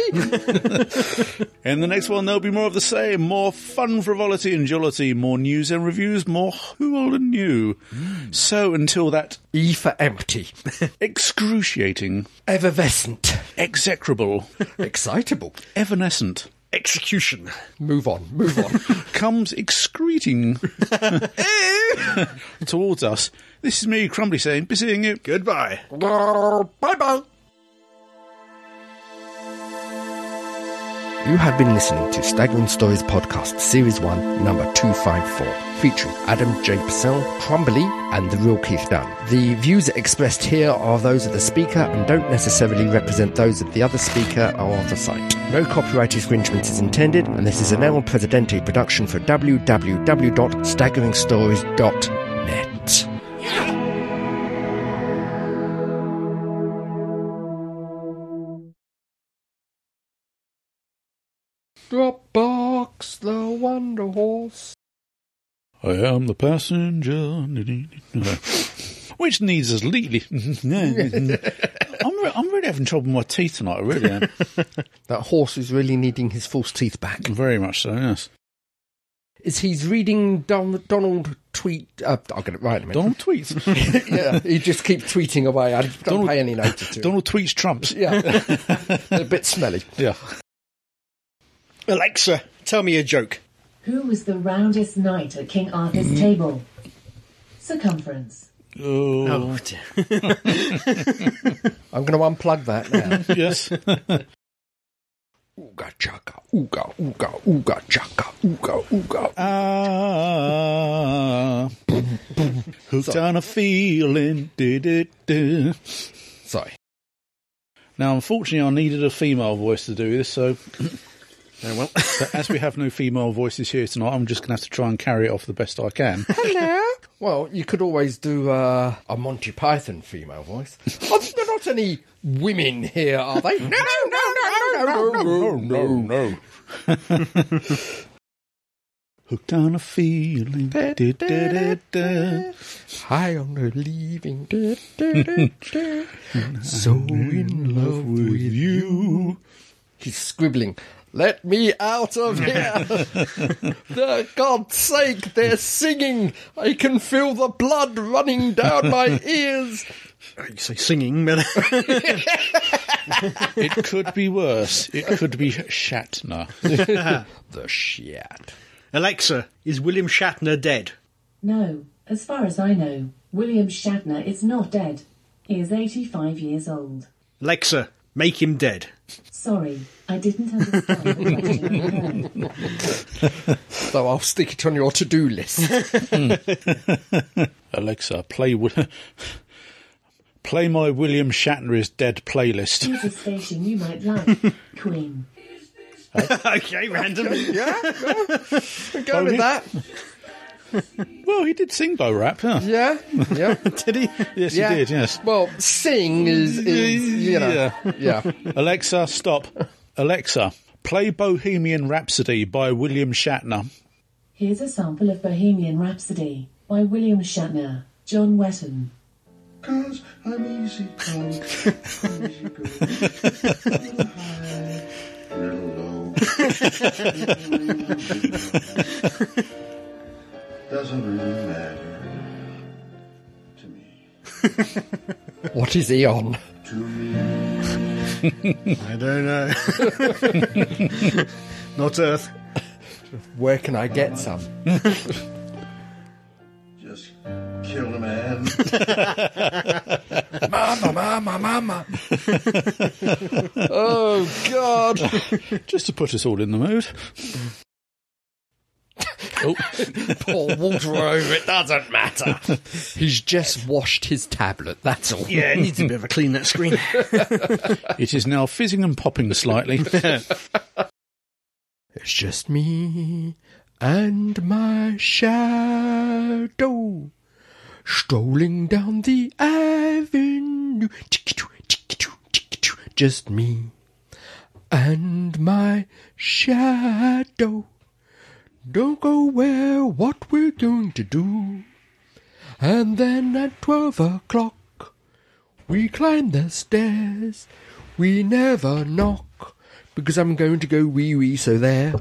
A: In the next one, there'll be more of the same, more fun, frivolity, and jollity, more news and reviews, more who old and new. So until that
D: e for empty.
A: excruciating,
D: Effervescent.
A: execrable,
D: Excitable.
A: evanescent,
C: Execution.
D: Move on. Move on.
A: comes excreting towards us. This is me, Crumbly, saying, be seeing you.
C: Goodbye.
D: bye bye. You have been listening to Staggering Stories Podcast, Series 1, Number 254, featuring Adam J. Purcell, Crumbly, and the real Keith Dunn. The views expressed here are those of the speaker and don't necessarily represent those of the other speaker or the site. No copyright infringement is intended, and this is an El Presidente production for www.staggeringstories.net. Dropbox, the Wonder Horse.
A: I am the passenger. Which needs us legally. I'm, re- I'm really having trouble with my teeth tonight, I really am.
D: That horse is really needing his false teeth back.
A: Very much so, yes.
D: Is he's reading Don- Donald tweet? Uh, I'll get it right in a minute.
A: Donald tweets.
D: yeah, he just keeps tweeting away. I don't
A: Donald-
D: pay any notice to.
A: Donald tweets Trumps.
D: it. Yeah, They're a bit smelly.
A: Yeah.
C: Alexa, tell me a joke.
G: Who was the roundest knight at King Arthur's table? Circumference.
A: Oh,
C: dear.
D: I'm going to unplug that now.
A: yes.
D: ooga chaka, ooga ooga ooga chaka, ooga ooga.
A: ah, hooked on a feeling. Do, do, do.
D: Sorry.
A: Now, unfortunately, I needed a female voice to do this, so
C: Oh, well.
A: but as we have no female voices here tonight, I'm just going to have to try and carry it off the best I can.
D: Hello. Well, you could always do uh, a Monty Python female voice. oh, there are not any women here, are they? No, no, no, no, no, no, no, no.
A: Hooked on a feeling. Do, do, do, do.
D: High on her leaving. Da, da, da, da. so in love with you. He's scribbling. Let me out of here! For God's sake, they're singing! I can feel the blood running down my ears!
C: You say singing, but
A: It could be worse. It could be Shatner.
D: The shit.
C: Alexa, is William Shatner dead?
G: No, as far as I know, William Shatner is not dead. He is 85 years old.
C: Alexa, make him dead.
G: Sorry, I didn't understand what you heard.
D: So I'll stick it on your to-do list.
A: Alexa, play Wi- play my William Shatner is dead playlist.
G: Here's a station you might like. Queen.
C: okay, random.
D: Go with
A: Okay.
D: that.
A: Well, he did sing Bo Rap, huh?
D: Yeah. Yeah.
C: Did he?
A: Yes,
D: yeah.
A: he did. Yes.
D: Well, sing is, is you know. Yeah.
A: Alexa, stop. Alexa, play Bohemian Rhapsody by William Shatner.
G: Here's a sample of Bohemian Rhapsody by William Shatner, John Wetton.
H: Cause I'm easy come, I'm easy go. Little high, little low. Doesn't really matter to me.
D: What is he on?
H: To me.
C: I don't know. Not Earth.
D: Where can I get some?
H: Just kill a man.
D: Mama, mama, mama. oh God.
A: Just to put us all in the mood.
D: Mm.
A: oh,
D: Pour water over it doesn't matter. He's just washed his tablet. That's all.
C: Yeah, it needs a bit of a clean that screen.
A: it is now fizzing and popping slightly.
D: It's just me and my shadow strolling down the avenue. Tick-a-too, tick-a-too, tick-a-too. Just me and my shadow. Don't go where what we're going to do. And then at twelve o'clock, we climb the stairs. We never knock because I'm going to go wee wee, so there.